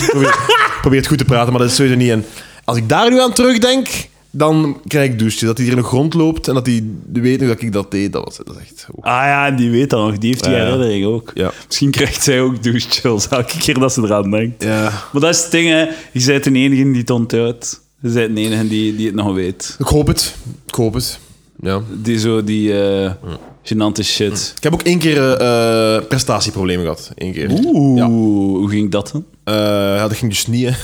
Speaker 2: probeer, probeer het goed te praten, maar dat is sowieso niet. En als ik daar nu aan terugdenk, dan krijg ik douche. Dat hij hier in de grond loopt en dat hij weet hoe dat ik dat deed. Dat, was, dat is echt...
Speaker 1: Ah ja, die weet dat nog. Die heeft die
Speaker 2: Ja, ja.
Speaker 1: herinnering ook.
Speaker 2: Ja.
Speaker 1: Misschien krijgt zij ook douche chills elke keer dat ze eraan denkt.
Speaker 2: Ja.
Speaker 1: Maar dat is het ding, hè. Je bent de enige die het onthoudt. Je bent de enige die, die het nog weet.
Speaker 2: Ik hoop het. Ik hoop het. Ja.
Speaker 1: Die zo die eh, Genante shit.
Speaker 2: Ik heb ook één keer eh, eh, prestatieproblemen gehad. Eén keer.
Speaker 1: Oeh,
Speaker 2: Ja.
Speaker 1: hoe ging dat dan?
Speaker 2: Eh, ja, dat ging dus niet, hè.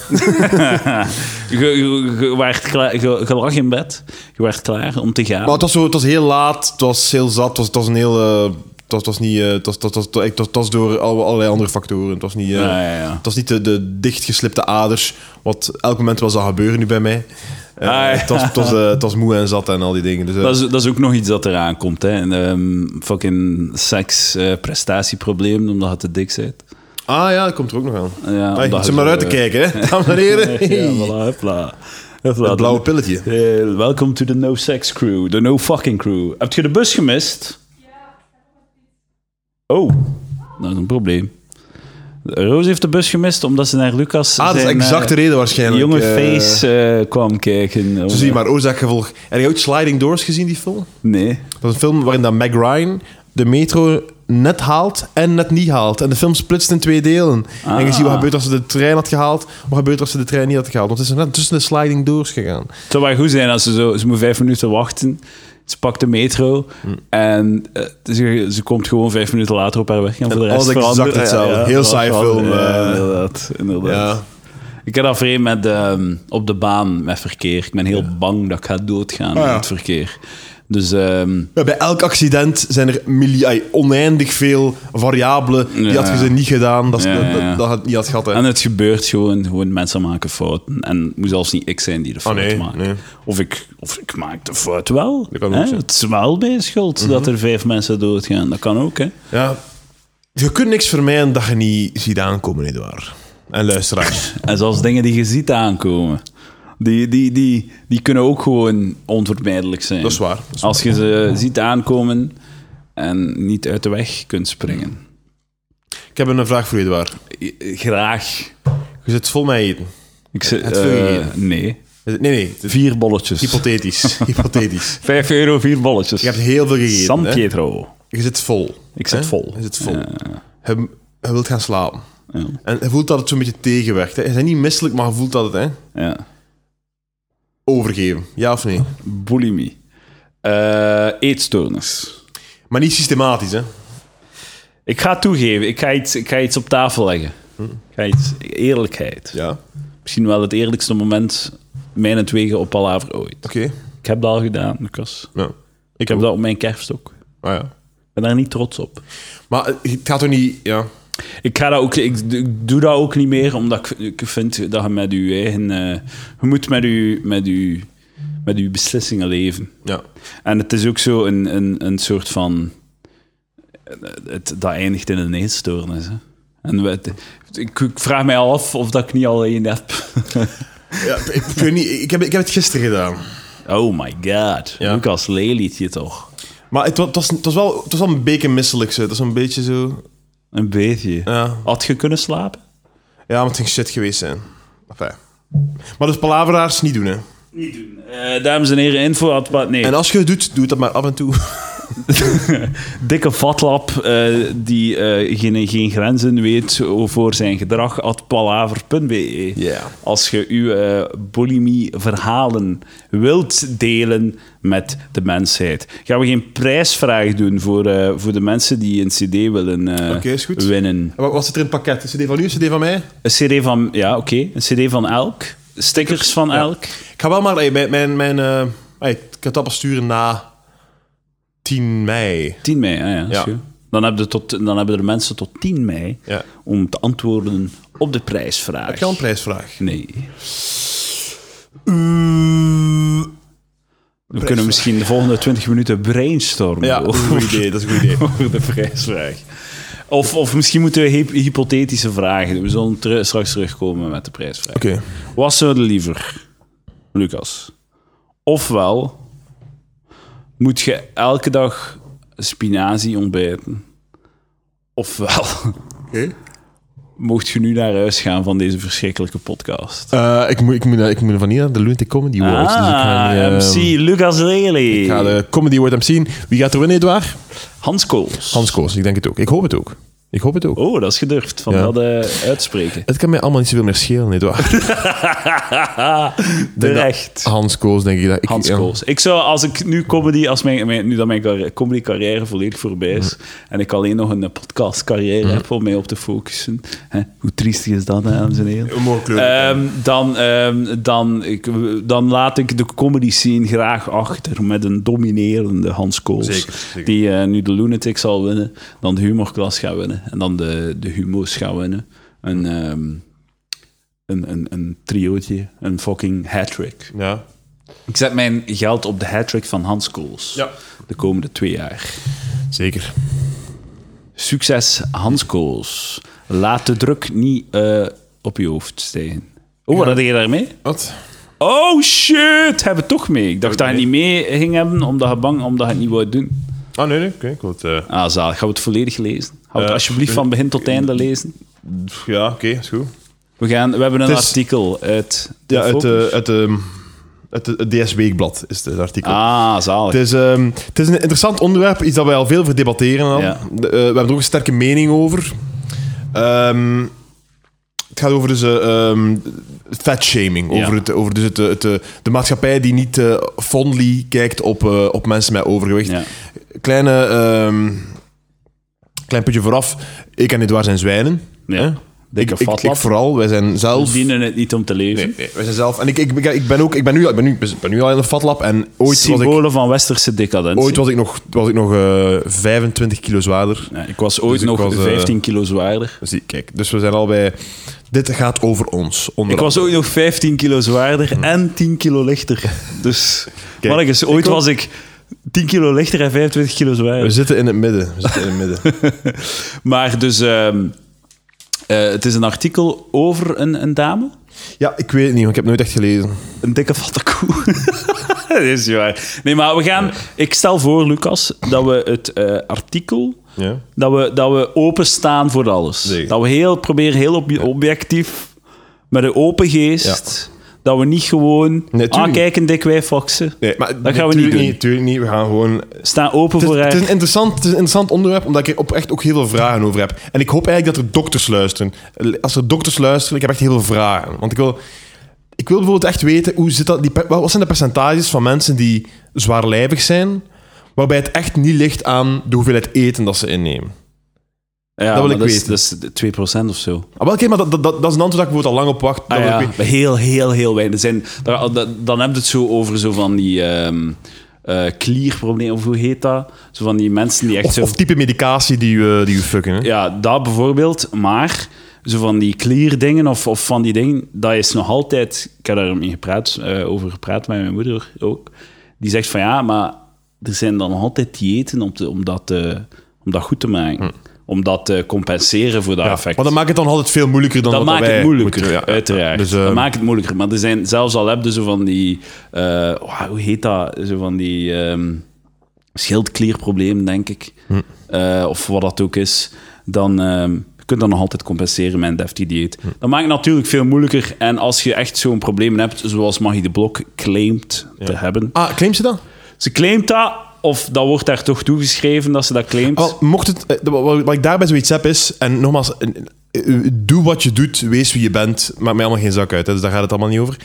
Speaker 1: Je, je, je werd klaar, je, je lag in bed, je werd klaar om te gaan.
Speaker 2: Maar het was, zo, het was heel laat, het was heel zat, het was, het was een heel... eh, het was, het was niet... eh, het, was, het, was, het, was, het was- het was- het was door alle- allerlei andere factoren. Het was niet, eh,
Speaker 1: Ja, ja, ja.
Speaker 2: Het was niet de, de dichtgeslipte aders, wat elk moment wel zou gebeuren nu bij mij. Eh,
Speaker 1: Ah, ja.
Speaker 2: het, was, het, was, eh, het was moe en zat en al die dingen. Dus, eh,
Speaker 1: Dat is, dat is ook nog iets dat eraan komt. Hè. En, ehm, fucking seks, eh, prestatieprobleem, omdat je te dik bent.
Speaker 2: Ah ja, dat komt er ook nog aan.
Speaker 1: Ja,
Speaker 2: Hey,
Speaker 1: omdat
Speaker 2: zit
Speaker 1: je
Speaker 2: maar
Speaker 1: zo,
Speaker 2: uit te
Speaker 1: eh,
Speaker 2: kijken, hè, dames en heren.
Speaker 1: Ja,
Speaker 2: Hey.
Speaker 1: voilà, hupla. Hupla,
Speaker 2: Het
Speaker 1: dan-
Speaker 2: blauwe pilletje.
Speaker 1: Eh, welcome to the No Sex Crew, de No Fucking Crew. Heb je de bus gemist? Oh, dat is een probleem. Roos heeft de bus gemist omdat ze naar Lucas.
Speaker 2: Ah, dat is
Speaker 1: zijn,
Speaker 2: exact de
Speaker 1: eh,
Speaker 2: reden waarschijnlijk.
Speaker 1: jonge
Speaker 2: Eh,
Speaker 1: face eh, kwam kijken. Oh,
Speaker 2: Zo zie je maar oorzaakgevolg. Heb je ooit Sliding Doors gezien, die film?
Speaker 1: Nee.
Speaker 2: Dat is een film waarin dat Meg Ryan de metro net haalt en net niet haalt. En de film splitst in twee delen. En je
Speaker 1: Ah.
Speaker 2: ziet wat gebeurt als ze de trein had gehaald, wat gebeurt als ze de trein niet had gehaald. Want het is net tussen de sliding doors gegaan.
Speaker 1: Het zou wel goed zijn als ze zo... Ze moet vijf minuten wachten. Ze pakt de metro. En eh, ze, ze komt gewoon vijf minuten later op haar weg. En, voor de
Speaker 2: alles
Speaker 1: rest
Speaker 2: exact
Speaker 1: verandert-
Speaker 2: hetzelfde. Heel
Speaker 1: alles
Speaker 2: saai
Speaker 1: verandert.
Speaker 2: film,
Speaker 1: Ja,
Speaker 2: eh.
Speaker 1: inderdaad. inderdaad.
Speaker 2: Ja.
Speaker 1: Ik heb dat vreemd met, ehm, op de baan met verkeer. Ik ben heel bang dat ik ga doodgaan
Speaker 2: Ah, ja.
Speaker 1: in het verkeer. Dus ehm,
Speaker 2: Ja, bij elk accident zijn er milli- ai, oneindig veel variabelen. Die
Speaker 1: Ja.
Speaker 2: had je ze niet gedaan, dat,
Speaker 1: Ja,
Speaker 2: dat,
Speaker 1: ja, ja.
Speaker 2: dat, had- niet had gehad. Hè.
Speaker 1: En het gebeurt gewoon, gewoon mensen maken fouten. En het moet zelfs niet ik zijn die de fout
Speaker 2: Ah, nee,
Speaker 1: maakt.
Speaker 2: nee.
Speaker 1: Of, ik, of ik maak de fout wel.
Speaker 2: Dat kan
Speaker 1: hè?
Speaker 2: ook zijn. Mhm.
Speaker 1: Het is wel mijn schuld dat er vijf mensen doodgaan. Dat kan ook, hè?
Speaker 2: Ja. Je kunt niks vermijden dat je niet ziet aankomen, Edouard. En luisteraars.
Speaker 1: En zelfs dingen die je ziet aankomen. Die, die, die, die kunnen ook gewoon onvermijdelijk zijn.
Speaker 2: Dat is waar, dat is waar.
Speaker 1: Als je ze ziet aankomen en niet uit de weg kunt springen.
Speaker 2: Ik heb een vraag voor je, Edouard.
Speaker 1: I- Graag.
Speaker 2: Je zit vol met eten.
Speaker 1: Ik ze,
Speaker 2: Het veel
Speaker 1: eh,
Speaker 2: gegeten?
Speaker 1: nee.
Speaker 2: Nee, nee. het is
Speaker 1: Vier bolletjes.
Speaker 2: Hypothetisch. Hypothetisch.
Speaker 1: Vijf euro, vier bolletjes.
Speaker 2: Je hebt heel veel gegeten.
Speaker 1: San
Speaker 2: hè?
Speaker 1: Pietro.
Speaker 2: Je zit vol.
Speaker 1: Ik zit
Speaker 2: hè?
Speaker 1: vol.
Speaker 2: Je zit vol.
Speaker 1: Ja.
Speaker 2: Je, je wilt gaan slapen.
Speaker 1: Ja.
Speaker 2: En je voelt dat het zo'n beetje tegenwerkt. Hè? Je bent niet misselijk, maar je voelt dat het... Hè?
Speaker 1: Ja.
Speaker 2: Overgeven. Ja of nee?
Speaker 1: Bulimie. Eh, eetstoornis.
Speaker 2: Maar niet systematisch, hè?
Speaker 1: Ik ga het toegeven. Ik ga iets, ik ga iets op tafel leggen.
Speaker 2: Hm.
Speaker 1: Ik ga iets, eerlijkheid.
Speaker 2: Ja. Oké.
Speaker 1: Misschien wel het eerlijkste moment mijnentwegen op Palaver ooit. Ik heb dat al gedaan, Lucas.
Speaker 2: Ja.
Speaker 1: Ik heb dat op mijn kerst ook.
Speaker 2: Ah, ja.
Speaker 1: Ik ben daar niet trots op.
Speaker 2: Maar eh, het gaat toch niet... Ja.
Speaker 1: Ik, ga dat ook, ik, ik doe dat ook niet meer, omdat ik, ik vind dat je met je eigen... eh, je moet met je, met, je, met je beslissingen leven.
Speaker 2: ja.
Speaker 1: En het is ook zo een, een, een soort van... Het, dat eindigt in een eetstoornis. Hè? En we- het- ik, ik vraag mij al af of dat ik niet al één heb.
Speaker 2: ja ik, ik weet niet. Ik heb, ik heb het gisteren gedaan.
Speaker 1: Oh my god.
Speaker 2: Ja.
Speaker 1: Lucas Lelietje toch?
Speaker 2: Maar het, wa- het, was, het, was, wel, het was wel een beetje misselijk, zo. Het was een beetje zo...
Speaker 1: Een beetje.
Speaker 2: Ja.
Speaker 1: Had je kunnen slapen?
Speaker 2: Ja, maar het ging shit geweest zijn. Enfin. Maar dus palaveraars niet doen, hè.
Speaker 1: Niet doen. Eh, dames en heren, info had wat. Nee.
Speaker 2: En als je het doet, doe het dat maar af en toe.
Speaker 1: Dikke vatlap eh, die eh, geen, geen grenzen weet voor zijn gedrag. at palaver.be.
Speaker 2: Ja.
Speaker 1: E. Als je uw eh, bulimie-verhalen wilt delen met de mensheid. Gaan we geen prijsvraag doen voor, eh, voor de mensen die een CD willen eh,
Speaker 2: Oké, is goed.
Speaker 1: winnen?
Speaker 2: Wat wat zit er in het pakket? Een CD van u, een CD van mij?
Speaker 1: Een CD van, ja, oké. Een CD van elk. Stickers van elk.
Speaker 2: Ik ga wel maar... ey, mijn, mijn, mijn, eh, ey, ik ga dat pas sturen na 10 mei.
Speaker 1: 10 mei, ah ja. is
Speaker 2: Ja.
Speaker 1: goed. Dan hebben, de tot, dan hebben de mensen tot 10 mei
Speaker 2: Ja.
Speaker 1: om te antwoorden op de prijsvraag.
Speaker 2: Heb je al een prijsvraag?
Speaker 1: Nee. We kunnen misschien de volgende 20 minuten brainstormen
Speaker 2: Ja, dat is een goed idee. Dat is een goed idee.
Speaker 1: over de prijsvraag. Of, of misschien moeten we hy- hypothetische vragen doen. We zullen teru- straks terugkomen met de prijsvraag.
Speaker 2: Oké.
Speaker 1: Wat zouden liever, Lucas? Ofwel moet je elke dag spinazie ontbijten. Ofwel mocht je nu naar huis gaan van deze verschrikkelijke podcast.
Speaker 2: Eh, ik, moet, ik, moet, ik moet van hier naar de Lunatic Comedy Awards. dus ik ga,
Speaker 1: Ah,
Speaker 2: niet, ehm,
Speaker 1: MC Lucas
Speaker 2: ik ga
Speaker 1: Lely.
Speaker 2: de Comedy Award zien. Wie gaat er winnen, Edouard?
Speaker 1: Hans Kools.
Speaker 2: Hans Koos, ik denk het ook. Ik hoop het ook. Ik hoop het ook.
Speaker 1: Oh, dat is gedurfd van
Speaker 2: Ja.
Speaker 1: dat eh, uitspreken.
Speaker 2: Het kan mij allemaal niet zoveel meer schelen, nietwaar?
Speaker 1: Terecht.
Speaker 2: Hans Koos, denk ik. Dat ik
Speaker 1: Hans
Speaker 2: ja.
Speaker 1: Kools. Ik zou, als ik nu comedy, als mijn, mijn- nu dat mijn carrière, comedy carrière volledig voorbij is en ik alleen nog een podcast carrière heb om mij op te focussen, hè, hoe triest is dat, hè, dames en heren?
Speaker 2: Een mooie kleur.
Speaker 1: Ehm, dan, ehm, dan, ik, dan laat ik de comedy scene graag achter met een dominerende Hans Kools.
Speaker 2: Zeker, zeker.
Speaker 1: Die eh, nu de Lunatic zal winnen, dan de humorklas gaat winnen en dan de, de humo's gaat winnen. Een, ehm een, een, een triootje, een fucking hat-trick.
Speaker 2: ja.
Speaker 1: Ik zet mijn geld op de hat-trick van Hans Kools
Speaker 2: Ja.
Speaker 1: de komende twee jaar.
Speaker 2: Zeker.
Speaker 1: Succes, Hans Kools. Laat de druk niet eh, op je hoofd stijgen. Oh, wat deed je daarmee?
Speaker 2: Wat?
Speaker 1: Oh shit, hebben we toch mee. Ik dacht dat je niet mee ging hebben, omdat je bang, omdat je het niet wou doen.
Speaker 2: Ah, nee, nee. Oké, ik wil het... eh,
Speaker 1: Ah, zalig. Gaan we het volledig lezen? Gaan we het
Speaker 2: Eh,
Speaker 1: alsjeblieft van begin tot einde lezen?
Speaker 2: pff, ja, oké, is goed.
Speaker 1: We, gaan, we hebben een
Speaker 2: Het is-
Speaker 1: artikel uit... de
Speaker 2: Ja, uit,
Speaker 1: Focus.
Speaker 2: eh uit, ehm, uit het- het DS Weekblad is het artikel.
Speaker 1: Ah,
Speaker 2: Het
Speaker 1: zalig.
Speaker 2: is, ehm, het is een interessant onderwerp, iets dat wij al veel over debatteren. Al.
Speaker 1: Ja.
Speaker 2: De- eh, we hebben er ook een sterke mening over. Ehm, het gaat over dus, eh, ehm, fatshaming,
Speaker 1: Ja.
Speaker 2: over, het, over dus het, eh, het, eh, de maatschappij die niet eh, fondly kijkt op, eh, op mensen met overgewicht.
Speaker 1: Ja.
Speaker 2: Kleine, ehm, klein putje vooraf, ik en Edouard zijn zwijnen.
Speaker 1: Ja.
Speaker 2: Hè? Ik,
Speaker 1: Dikke
Speaker 2: ik, ik,
Speaker 1: fatlap.
Speaker 2: vooral, wij zijn
Speaker 1: We
Speaker 2: zelf...
Speaker 1: dienen het niet om te leven.
Speaker 2: Nee, nee, wij zijn zelf... En ik, ik, ik, ik ben ook... Ik ben nu, ik ben nu, ik ben nu al in een fatlab en ooit was ik...
Speaker 1: Symbolen van westerse decadentie.
Speaker 2: Ooit was ik nog, was ik nog eh, 25 kilo zwaarder.
Speaker 1: Ja, ik was ooit
Speaker 2: Dus ik
Speaker 1: nog
Speaker 2: was, eh,
Speaker 1: 15 kilo zwaarder.
Speaker 2: Zie, kijk, dus we zijn allebei... Dit gaat over ons. Onder
Speaker 1: Ik was ooit nog 15 kilo zwaarder en 10 kilo lichter. Dus, mannetjes, ooit
Speaker 2: Hmm. ik ook.
Speaker 1: was ik 10 kilo lichter en 25 kilo
Speaker 2: We
Speaker 1: zwaarder.
Speaker 2: zitten in het midden. We zitten in het midden.
Speaker 1: Maar dus, ehm, eh, het is een artikel over een, een dame.
Speaker 2: ja, ik weet het niet, want ik heb het nooit echt gelezen.
Speaker 1: Een dikke vatte koe. dat is niet waar. Nee, maar we gaan... Ik stel voor, Lucas, dat we het eh, artikel...
Speaker 2: Ja.
Speaker 1: Dat we, dat we openstaan voor alles.
Speaker 2: Zeker.
Speaker 1: Dat we heel, proberen heel ob- objectief, met een open geest, dat we niet gewoon
Speaker 2: Nee, tuurlijk.
Speaker 1: aankijken, dik wijf, foxen.
Speaker 2: Nee, maar
Speaker 1: Dat gaan we niet
Speaker 2: natuurlijk
Speaker 1: doen.
Speaker 2: niet. Natuurlijk niet. We gaan gewoon
Speaker 1: Staan open
Speaker 2: Het
Speaker 1: voor
Speaker 2: is, het, is een
Speaker 1: haar.
Speaker 2: interessant, het is een interessant onderwerp, omdat ik er oprecht ook heel veel vragen over heb. En ik hoop eigenlijk dat er dokters luisteren. Als er dokters luisteren, ik heb echt heel veel vragen. Want ik wil, ik wil bijvoorbeeld echt weten, hoe zit dat, die, per- wat zijn de percentages van mensen die zwaarlijvig zijn, waarbij het echt niet ligt aan de hoeveelheid eten dat ze innemen?
Speaker 1: Ja,
Speaker 2: wil
Speaker 1: maar
Speaker 2: ik
Speaker 1: dat is-
Speaker 2: weten.
Speaker 1: Dat is 2% of zo.
Speaker 2: Ah, wel, oké, maar dat, dat, dat, dat is een antwoord dat ik bijvoorbeeld al lang op wacht. Dat
Speaker 1: Ah,
Speaker 2: wil ik
Speaker 1: ja.
Speaker 2: weten.
Speaker 1: Heel, heel, heel weinig. Er Zijn, daar- da- dan heb je het zo over zo van die ehm eh, klierproblemen, of hoe heet dat? Zo van die mensen die echt
Speaker 2: Of,
Speaker 1: zo...
Speaker 2: of type medicatie die je die u fucken. Hè?
Speaker 1: Ja, dat bijvoorbeeld, maar zo van die klierdingen of, of van die dingen, dat is nog altijd. Ik heb daarmee gepraat, eh, over gepraat met mijn moeder ook. Die zegt van ja, maar er zijn dan nog altijd diëten om, te, om, dat, eh, om dat goed te maken. Om dat te compenseren voor dat
Speaker 2: Hm. Ja,
Speaker 1: effect.
Speaker 2: maar dat maakt het dan altijd veel moeilijker dan
Speaker 1: Dat
Speaker 2: wat
Speaker 1: maakt
Speaker 2: wij
Speaker 1: het moeilijker,
Speaker 2: moeten, ja.
Speaker 1: uiteraard.
Speaker 2: Dus, eh,
Speaker 1: dat maakt het moeilijker. Maar er zijn zelfs al heb je zo van die... eh, wauw, hoe heet dat? Zo van die ehm schildklierprobleem, denk ik.
Speaker 2: Hm.
Speaker 1: Eh, of wat dat ook is. Dan ehm, je kunt dat nog altijd compenseren met een deftig dieet.
Speaker 2: Hm.
Speaker 1: Dat maakt het natuurlijk veel moeilijker. En als je echt zo'n probleem hebt, zoals Maggie de Blok claimt te hebben.
Speaker 2: Ah, claimt ze dat?
Speaker 1: Ze claimt dat, of dat wordt daar toch toegeschreven dat ze dat claimt.
Speaker 2: Wel, mocht het, eh, wat, wat- wat ik daarbij zoiets heb is, en nogmaals, eh, eh, doe wat je doet, wees wie je bent, maakt mij allemaal geen zak uit, hè, dus daar gaat het allemaal niet over.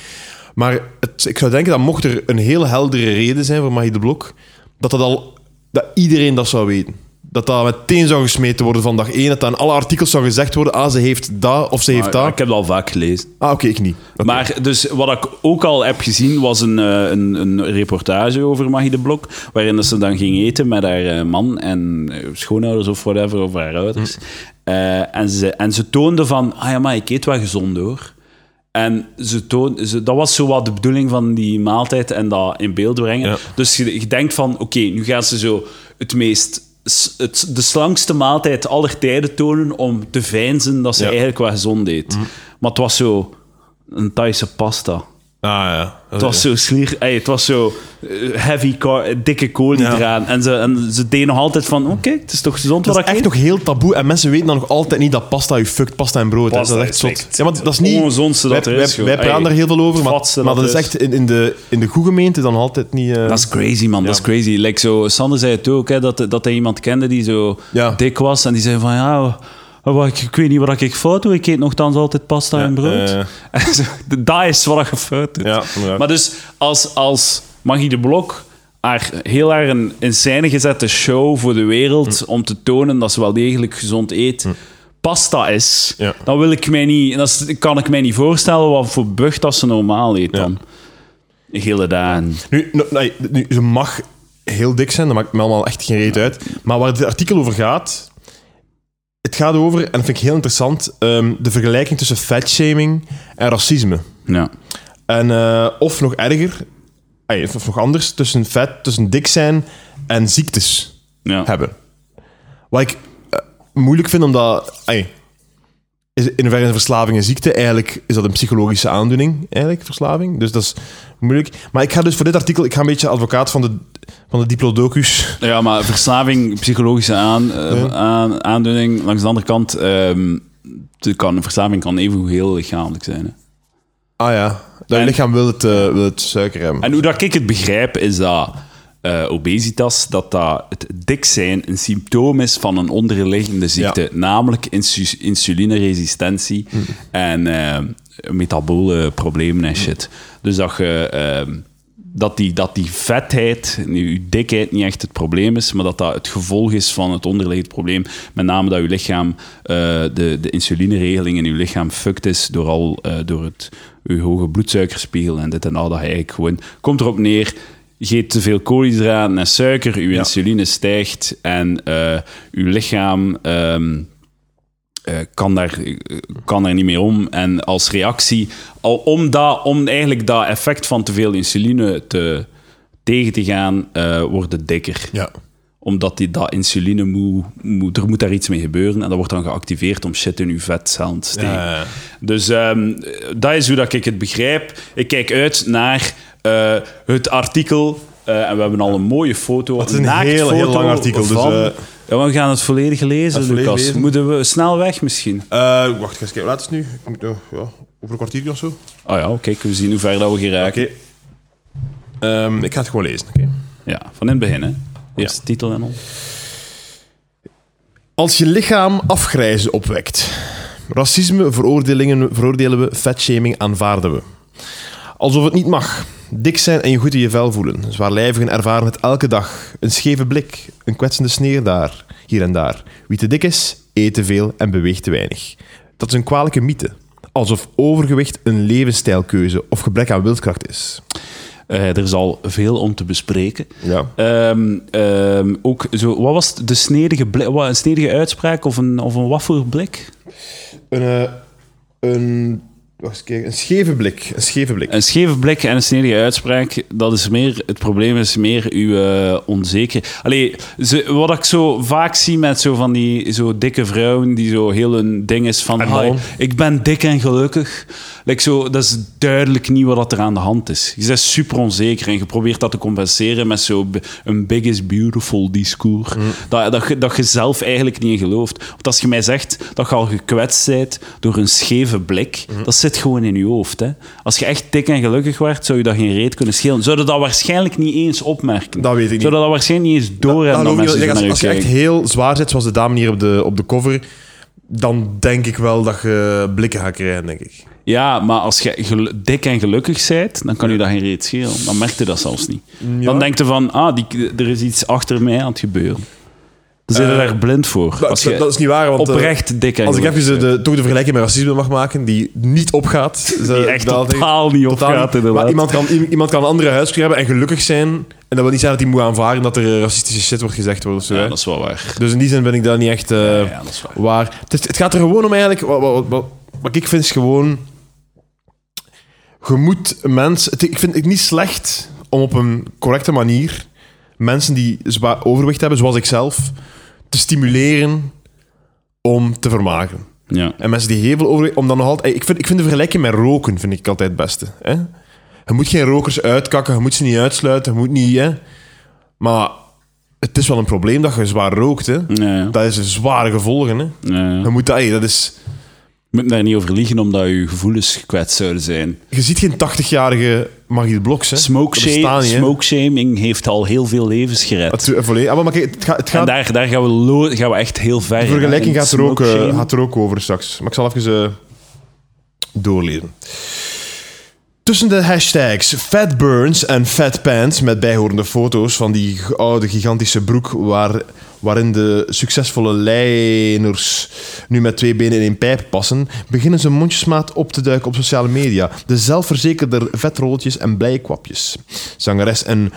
Speaker 2: Maar het, ik zou denken dat mocht er een heel heldere reden zijn voor Magie de Blok, dat, dat, al, dat iedereen dat zou weten. Dat dat meteen zou gesmeten worden van dag één, dat dat in alle artikels zou gezegd worden, ah, ze heeft dat of ze heeft
Speaker 1: Maar
Speaker 2: dat.
Speaker 1: Ah, Ik heb dat al vaak gelezen.
Speaker 2: Ah, oké, ik niet. Oké.
Speaker 1: Maar dus wat ik ook al heb gezien was een, eh, een, een reportage over Maggie de Blok, waarin dat ze dan ging eten met haar eh, man en eh, schoonouders of whatever, of haar ouders.
Speaker 2: Hm.
Speaker 1: Eh, en, ze, en ze toonde van, ah ja, maar ik eet wel gezond hoor. En ze toon, ze, dat was zo wat de bedoeling van die maaltijd en dat in beeld brengen.
Speaker 2: Ja.
Speaker 1: Dus je, je denkt van, oké, nu gaan ze zo het meest, s- het, de slangste maaltijd aller tijden tonen om te veinzen dat ze
Speaker 2: Ja. Mhm.
Speaker 1: eigenlijk wel gezond deed. Maar het was zo een Thaise pasta.
Speaker 2: Ah, ja.
Speaker 1: Het was zo slier, ey, het was zo eh, heavy, car, eh, dikke koolhydraten. En, ze, en ze deden nog altijd van, oké, het is toch gezond
Speaker 2: Dat
Speaker 1: wat
Speaker 2: is
Speaker 1: ik eet?
Speaker 2: echt nog heel taboe en mensen weten dan nog altijd niet dat pasta je fuckt, pasta en brood. hè.
Speaker 1: Pasta
Speaker 2: dat is
Speaker 1: is
Speaker 2: echt zot.
Speaker 1: echt
Speaker 2: Ja, maar dat is niet...
Speaker 1: ongezondste dat
Speaker 2: wij,
Speaker 1: er is,
Speaker 2: Wij,
Speaker 1: joh.
Speaker 2: wij praten
Speaker 1: Ey,
Speaker 2: daar heel veel over, maar,
Speaker 1: fatste
Speaker 2: maar
Speaker 1: dat
Speaker 2: dat is
Speaker 1: is.
Speaker 2: echt in, in, de, in de goede gemeente dan altijd niet... eh,
Speaker 1: Dat is crazy, man. Dat is crazy. Like zo, Sander zei het ook, hè, dat, dat hij iemand kende die zo
Speaker 2: Ja.
Speaker 1: dik was. En die zei van, ja, oh, "Wat, ik, ik weet niet wat ik fout doe, ik eet nogthans altijd pasta en brood.
Speaker 2: eh.
Speaker 1: En zo, dat is wat je fout doet.
Speaker 2: Ja, inderdaad.
Speaker 1: Maar dus als, als Maggie de Blok haar heel haar een, een scène gezette show voor de wereld
Speaker 2: Mm.
Speaker 1: om te tonen dat ze wel degelijk gezond eet, pasta is,
Speaker 2: Ja.
Speaker 1: dan wil ik mij niet, dan s- kan ik mij niet voorstellen wat voor bucht dat ze normaal eet
Speaker 2: Ja.
Speaker 1: dan. Gele daan.
Speaker 2: Nu, nou, nee, nu, ze mag heel dik zijn, dat maakt me allemaal echt geen reet uit. Maar waar dit artikel over gaat, het gaat over, en dat vind ik heel interessant, ehm, de vergelijking tussen fatshaming en racisme.
Speaker 1: Ja.
Speaker 2: En, eh, of nog erger, ay, of nog anders, tussen, vet, tussen dik zijn en ziektes
Speaker 1: Ja.
Speaker 2: hebben. Wat ik eh, moeilijk vind, omdat... ay, is in hoeverre een verslaving een ziekte? Eigenlijk is dat een psychologische aandoening, eigenlijk, verslaving. Dus dat is moeilijk. Maar ik ga dus voor dit artikel, ik ga een beetje advocaat van de, van de diplodocus.
Speaker 1: Ja, maar verslaving, psychologische aan, eh, aan- aandoening. Langs de andere kant, ehm het kan, verslaving kan even heel lichamelijk zijn. hè.
Speaker 2: Ah ja, dat
Speaker 1: En-
Speaker 2: lichaam wil het, eh, wil het suiker hebben.
Speaker 1: En hoe dat ik het begrijp, is dat eh, obesitas, dat, dat het dik zijn een symptoom is van een onderliggende ziekte,
Speaker 2: Ja.
Speaker 1: namelijk insu- insulineresistentie en eh, metabole problemen en shit. Dus dat je... ehm, dat die, dat die vetheid, nu, je dikheid niet echt het probleem is, maar dat dat het gevolg is van het onderliggend probleem. Met name dat je lichaam, eh, de, de insulineregeling in je lichaam fucked is door, al, eh, door het, je hoge bloedsuikerspiegel en dit en al. Dat je eigenlijk gewoon, komt erop neer, je eet te veel koolhydraten en suiker, je insuline stijgt en eh, je lichaam... ehm, eh, kan, daar, eh, kan daar niet mee om. En als reactie, al om, dat, om eigenlijk dat effect van te veel insuline te, tegen te gaan, eh wordt het dikker.
Speaker 2: Ja.
Speaker 1: Omdat die, dat insuline moet, moet, er moet daar iets mee gebeuren. En dat wordt dan geactiveerd om shit in uw vetcellen te steken.
Speaker 2: Ja, ja, ja.
Speaker 1: Dus ehm, dat is hoe dat ik het begrijp. Ik kijk uit naar eh, het artikel. eh, en we hebben al een mooie foto. Het
Speaker 2: is een heel, heel lang artikel, dus,
Speaker 1: Van...
Speaker 2: eh,
Speaker 1: ja, maar we gaan het volledig lezen,
Speaker 2: het volledig
Speaker 1: Lucas.
Speaker 2: lezen.
Speaker 1: Moeten we snel weg misschien?
Speaker 2: Eh, wacht, ik ga eens kijken, laat het nu. Ik moet, eh, ja, over een kwartiertje of zo.
Speaker 1: Oh ja, kijk, we zien hoe ver dat we geraken.
Speaker 2: Ehm, ik ga het gewoon lezen, oké?
Speaker 1: Ja, van in het begin, hè. Eerst
Speaker 2: Ja.
Speaker 1: titel en al.
Speaker 2: Als je lichaam afgrijzen opwekt. Racisme veroordelingen, veroordelen we, vetshaming aanvaarden we. Alsof het niet mag. Dik zijn en je goed in je vel voelen. Zwaarlijvigen ervaren het elke dag. Een scheve blik, een kwetsende sneer daar, hier en daar. Wie te dik is, eet te veel en beweegt te weinig. Dat is een kwalijke mythe. Alsof overgewicht een levensstijlkeuze of gebrek aan wilskracht is.
Speaker 1: Eh, er is al veel om te bespreken.
Speaker 2: Ja.
Speaker 1: Ehm, ehm, ook zo, wat was het? de snedige, blik, wat, een snedige uitspraak of een, of een wat voor blik?
Speaker 2: Een, eh, een, wacht eens kijken, een scheve blik. Een scheve blik.
Speaker 1: Een scheve blik en een snedige uitspraak, dat is meer, het probleem is meer uw eh, onzeker. Allee, ze, wat ik zo vaak zie met zo van die zo dikke vrouwen, die zo heel een ding is van,
Speaker 2: En
Speaker 1: "Hi,
Speaker 2: mannen.
Speaker 1: ik ben dik en gelukkig. Like zo, dat is duidelijk niet wat er aan de hand is. Je bent super onzeker en je probeert dat te compenseren met zo'n een big is beautiful discours.
Speaker 2: Mm.
Speaker 1: Dat, dat, je- dat je zelf eigenlijk niet in gelooft. Want als je mij zegt dat je al gekwetst bent door een scheve blik,
Speaker 2: Mm-hmm.
Speaker 1: dat zit gewoon in je hoofd. Hè? Als je echt dik en gelukkig werd, zou je dat geen reet kunnen schelen. Zouden dat waarschijnlijk niet eens opmerken.
Speaker 2: Dat weet ik niet.
Speaker 1: Zouden dat waarschijnlijk niet eens door
Speaker 2: Dan
Speaker 1: hebben dat,
Speaker 2: geloof
Speaker 1: mensen
Speaker 2: ik niet.
Speaker 1: zo
Speaker 2: Nou, als,
Speaker 1: naar je
Speaker 2: als je echt
Speaker 1: kijken.
Speaker 2: heel zwaar zit, zoals de dame hier op de, op de cover, dan denk ik wel dat je blikken gaat krijgen, denk ik.
Speaker 1: Ja, maar als je gelu- dik en gelukkig bent, dan kan je dat geen reet schelen. Dan merkt je dat zelfs niet.
Speaker 2: Mm,
Speaker 1: Dan denkt je van, ah, die, er is iets achter mij aan het gebeuren. Dan zit je
Speaker 2: Eh,
Speaker 1: daar blind voor.
Speaker 2: Dat,
Speaker 1: als je
Speaker 2: dat is niet waar, want... eh,
Speaker 1: oprecht dik en
Speaker 2: als ik
Speaker 1: gelukkig
Speaker 2: even de,
Speaker 1: bent.
Speaker 2: de, toch de vergelijking met racisme mag maken, die niet opgaat. eh,
Speaker 1: Die echt totaal niet opgaat, inderdaad.
Speaker 2: Maar iemand kan, i- iemand kan een andere huidskleur hebben en gelukkig zijn. En dat wil niet zeggen dat hij moet aanvaarden dat er eh, racistische shit wordt gezegd. Wordt, of zo,
Speaker 1: Ja,
Speaker 2: hè.
Speaker 1: dat is wel waar.
Speaker 2: Dus in die zin ben ik daar niet echt eh,
Speaker 1: Ja, ja, dat is waar.
Speaker 2: waar. Het, is- het gaat er gewoon om eigenlijk. Wat, wat, wat, wat ik vind is gewoon. Je moet een mens. Het, ik vind het niet slecht om op een correcte manier mensen die zwaar overwicht hebben, zoals ik zelf, te stimuleren om te vermagen.
Speaker 1: Ja.
Speaker 2: En mensen die heel veel overwicht, om dan nog altijd. Ik vind, ik vind de vergelijking met roken vind ik altijd het beste. Hè? Je moet geen rokers uitkakken, je moet ze niet uitsluiten, je moet niet. Hè? Maar het is wel een probleem dat je zwaar rookt. Hè?
Speaker 1: Ja, ja.
Speaker 2: Dat is een zware gevolgen. Hè?
Speaker 1: Ja, ja.
Speaker 2: Je moet dat, hey, dat is.
Speaker 1: moet daar niet over liegen omdat je gevoelens gekwetst zouden zijn.
Speaker 2: Je ziet geen 80-jarige Margriet Bloks, hè.
Speaker 1: Smoke,
Speaker 2: Dat bestaat
Speaker 1: shame,
Speaker 2: niet, hè.
Speaker 1: smoke shaming heeft al heel veel levens gered.
Speaker 2: Het, eh, volledig. Ah, maar, maar kijk, het, gaat- het
Speaker 1: en
Speaker 2: gaat,
Speaker 1: daar, daar gaan, we lo- gaan we echt heel ver.
Speaker 2: de vergelijking
Speaker 1: in.
Speaker 2: gaat er, ook, eh,
Speaker 1: Smoke shaming.
Speaker 2: gaat er ook over straks. Maar ik zal even eh, doorlezen. Tussen de hashtags Fat Burns en Fat Pants met bijhorende foto's van die g- oude gigantische broek waar, waarin de succesvolle lijners nu met twee benen in één pijp passen, beginnen ze mondjesmaat op te duiken op sociale media. De zelfverzekerde vetrolletjes en blije kwapjes. Zangeres en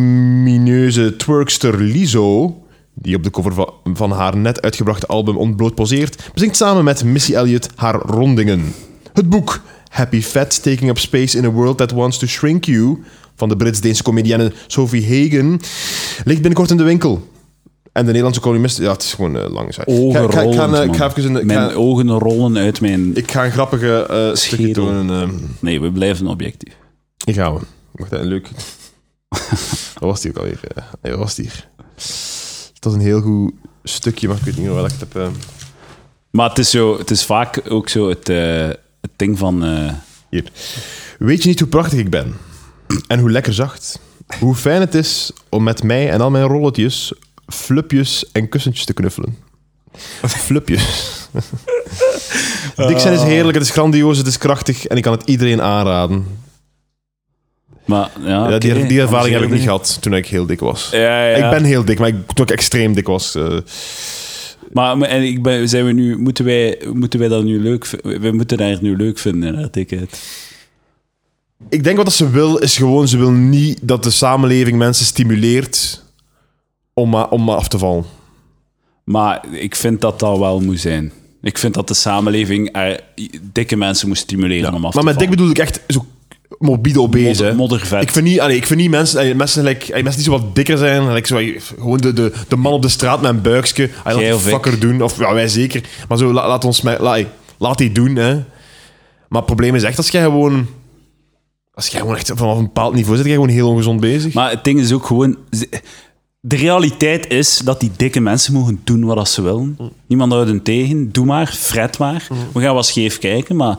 Speaker 2: volumineuze twerkster Lizzo, die op de cover va- van haar net uitgebrachte album Ontbloot poseert, bezingt samen met Missy Elliott haar rondingen. Het boek Happy Fat, Taking Up Space in a World That Wants to Shrink You van de Brits-Deense comedienne Sophie Hagen ligt binnenkort in de winkel. En de Nederlandse columnist... Ja, het is gewoon eh, lang. sorry. Ik ga,
Speaker 1: Ogen
Speaker 2: ik ga, ik ga,
Speaker 1: rollend,
Speaker 2: eh, ik ga
Speaker 1: man.
Speaker 2: even een... Ik
Speaker 1: Mijn
Speaker 2: ga,
Speaker 1: ogen rollen uit mijn...
Speaker 2: ik ga een grappige eh stukje
Speaker 1: Schedel.
Speaker 2: tonen. eh.
Speaker 1: Nee, we blijven objectief.
Speaker 2: Hier gaan we. Wacht, eh, leuk. Dat was die ook alweer. eh. Ja, dat was die. Het was een heel goed stukje, maar ik weet niet meer welk ik het heb... eh.
Speaker 1: Maar het is, zo, het is vaak ook zo het, eh, het ding van... eh,
Speaker 2: Hier. Weet je niet hoe prachtig ik ben? En hoe lekker zacht? Hoe fijn het is om met mij en al mijn rolletjes, flupjes en kussentjes te knuffelen. Flupjes. Dik zijn
Speaker 1: Ah.
Speaker 2: is heerlijk, het is grandioos, het is krachtig en ik kan het iedereen aanraden.
Speaker 1: maar, ja,
Speaker 2: ja, die,
Speaker 1: oké,
Speaker 2: die ervaring heb ik
Speaker 1: zeker.
Speaker 2: niet gehad toen ik heel dik was.
Speaker 1: Ja, ja.
Speaker 2: Ik ben heel dik, maar ik, toen ik extreem dik was. eh,
Speaker 1: Maar, maar- en ik ben, zijn we nu, moeten, wij, moeten wij dat nu leuk vi- We moeten daar nu leuk vinden, hè, dat ik het.
Speaker 2: ik denk wat dat ze wil, is gewoon, ze wil niet dat de samenleving mensen stimuleert om maar, om maar af te vallen.
Speaker 1: Maar ik vind dat dat wel moet zijn. Ik vind dat de samenleving er dikke mensen moet stimuleren om af
Speaker 2: Maar
Speaker 1: te
Speaker 2: met dik
Speaker 1: vallen.
Speaker 2: bedoel ik echt zo mobiel obese. hè.
Speaker 1: Modder- moddervet.
Speaker 2: Ik vind niet, allee, ik vind niet mensen, allee, mensen, like, allee, mensen die zo wat dikker zijn, like, zo, allee, gewoon de, de, de man op de straat met een buikje, hij laat
Speaker 1: Jij
Speaker 2: die
Speaker 1: of ik.
Speaker 2: fucker doen, of ja, wij zeker. Maar zo, la- laat ons, met- la- allee, laat die doen, hè. Maar het probleem is echt, als jij gewoon, als jij gewoon echt vanaf een bepaald niveau zit, jij gewoon heel ongezond bezig.
Speaker 1: Maar het ding is ook gewoon... ze- De realiteit is dat die dikke mensen mogen doen wat dat ze willen. Niemand houdt hen tegen. Doe maar, fret maar. We gaan wel scheef kijken, maar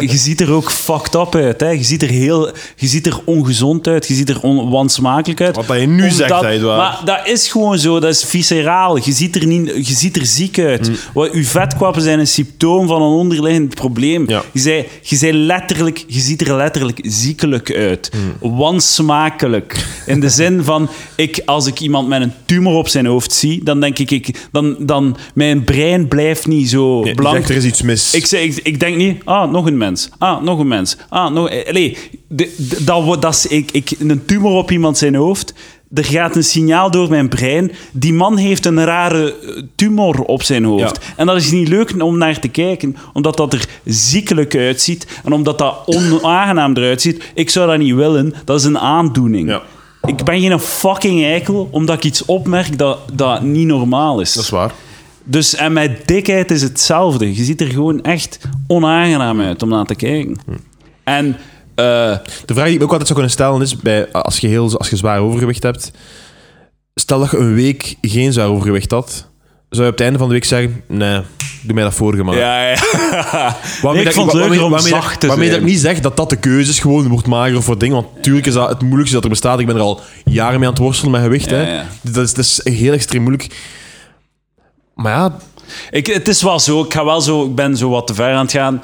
Speaker 1: je ziet er ook fucked up uit. Hè. Je, ziet er heel, je ziet er ongezond uit, je ziet er on, wansmakelijk uit.
Speaker 2: Wat dat je nu zegt, dat is waar.
Speaker 1: Maar dat is gewoon zo, dat is visceraal. Je ziet er, niet, je ziet er ziek
Speaker 2: Mm.
Speaker 1: uit. Wat, uw vetkwappen zijn een symptoom van een onderliggend probleem.
Speaker 2: Ja.
Speaker 1: Je, zei, je, zei letterlijk, je ziet er letterlijk ziekelijk uit.
Speaker 2: Mm.
Speaker 1: Wansmakelijk. In de zin van, ik, als ik iemand met een tumor op zijn hoofd zie, dan denk ik, ik dan, dan, mijn brein blijft niet zo
Speaker 2: Je
Speaker 1: blank.
Speaker 2: zegt, er is iets mis.
Speaker 1: Ik, zeg, ik, ik denk niet, ah, nog een mens. Ah, nog een mens. Ah, nog... eh, Allee, de- de- dat, wo- dat is, ik, ik, een tumor op iemand zijn hoofd. Er gaat een signaal door mijn brein. Die man heeft een rare eh, tumor op zijn hoofd.
Speaker 2: Ja.
Speaker 1: En dat is niet leuk om naar te kijken, omdat dat er ziekelijk uitziet. En omdat dat onaangenaam eruit ziet. Ik zou dat niet willen. Dat is een aandoening.
Speaker 2: Ja.
Speaker 1: Ik ben geen fucking eikel, omdat ik iets opmerk dat, dat niet normaal is.
Speaker 2: Dat is waar.
Speaker 1: Dus en met dikheid is hetzelfde. Je ziet er gewoon echt onaangenaam uit om naar te kijken.
Speaker 2: Hm.
Speaker 1: En eh,
Speaker 2: De vraag die ik me ook altijd zou kunnen stellen is, bij, als, je heel, als je zwaar overgewicht hebt, stel dat je een week geen zwaar overgewicht had, zou je op het einde van de week zeggen, nee, doe mij dat vorige maand.
Speaker 1: ja, ja.
Speaker 2: Waarmee
Speaker 1: Nee, ik
Speaker 2: dat
Speaker 1: vond het
Speaker 2: waarmee-
Speaker 1: leuker om
Speaker 2: waarmee dat-
Speaker 1: zacht te
Speaker 2: Waarmee dat
Speaker 1: zijn.
Speaker 2: ik niet zeg dat dat de keuze is, gewoon wordt mager of wat ding. Want natuurlijk is dat het moeilijkste dat er bestaat. Ik ben er al jaren mee aan het worstelen met gewicht. hè.
Speaker 1: ja.
Speaker 2: Dat, is, dat is heel extreem moeilijk. Maar ja,
Speaker 1: Ik, het is wel zo. Ik, ga wel zo. ik ben zo wat te ver aan het gaan.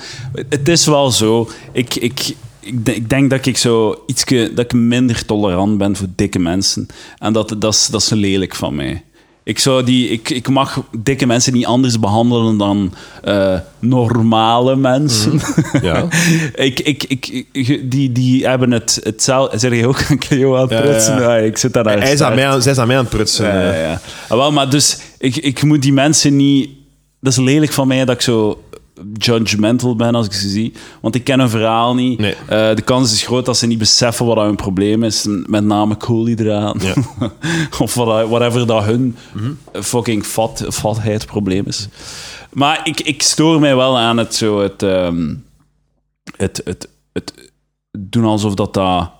Speaker 1: Het is wel zo. Ik, ik, ik, de- ik denk dat ik zo ietske, dat ik minder tolerant ben voor dikke mensen. En dat, dat, is, dat is lelijk van mij. Ik, zou die, ik, ik mag dikke mensen niet anders behandelen dan eh, normale mensen.
Speaker 2: Mhm. ja.
Speaker 1: ik, ik, ik, ik- die, die hebben het hetzelfde. Zeg je ook aan Cleo aan het
Speaker 2: Ja,
Speaker 1: prutsen?
Speaker 2: ja,
Speaker 1: Ja,
Speaker 2: ja.
Speaker 1: ik zit daar aan
Speaker 2: hij is
Speaker 1: start.
Speaker 2: aan mij aan, zij is aan mij aan het prutsen.
Speaker 1: Ja, ja,
Speaker 2: eh.
Speaker 1: ja. Ah, wel, maar dus ik, ik moet die mensen niet. Dat is lelijk van mij dat ik zo judgmental ben als ik ze zie. Want ik ken hun verhaal niet.
Speaker 2: Nee.
Speaker 1: Eh, de kans is groot dat ze niet beseffen wat dat hun probleem is. Met name koolhydraten.
Speaker 2: Ja.
Speaker 1: of wat- whatever dat hun fucking fat, vatheidsprobleem is. Maar ik, ik stoor mij wel aan het zo. Het, ehm, het, het, het, doen alsof dat dat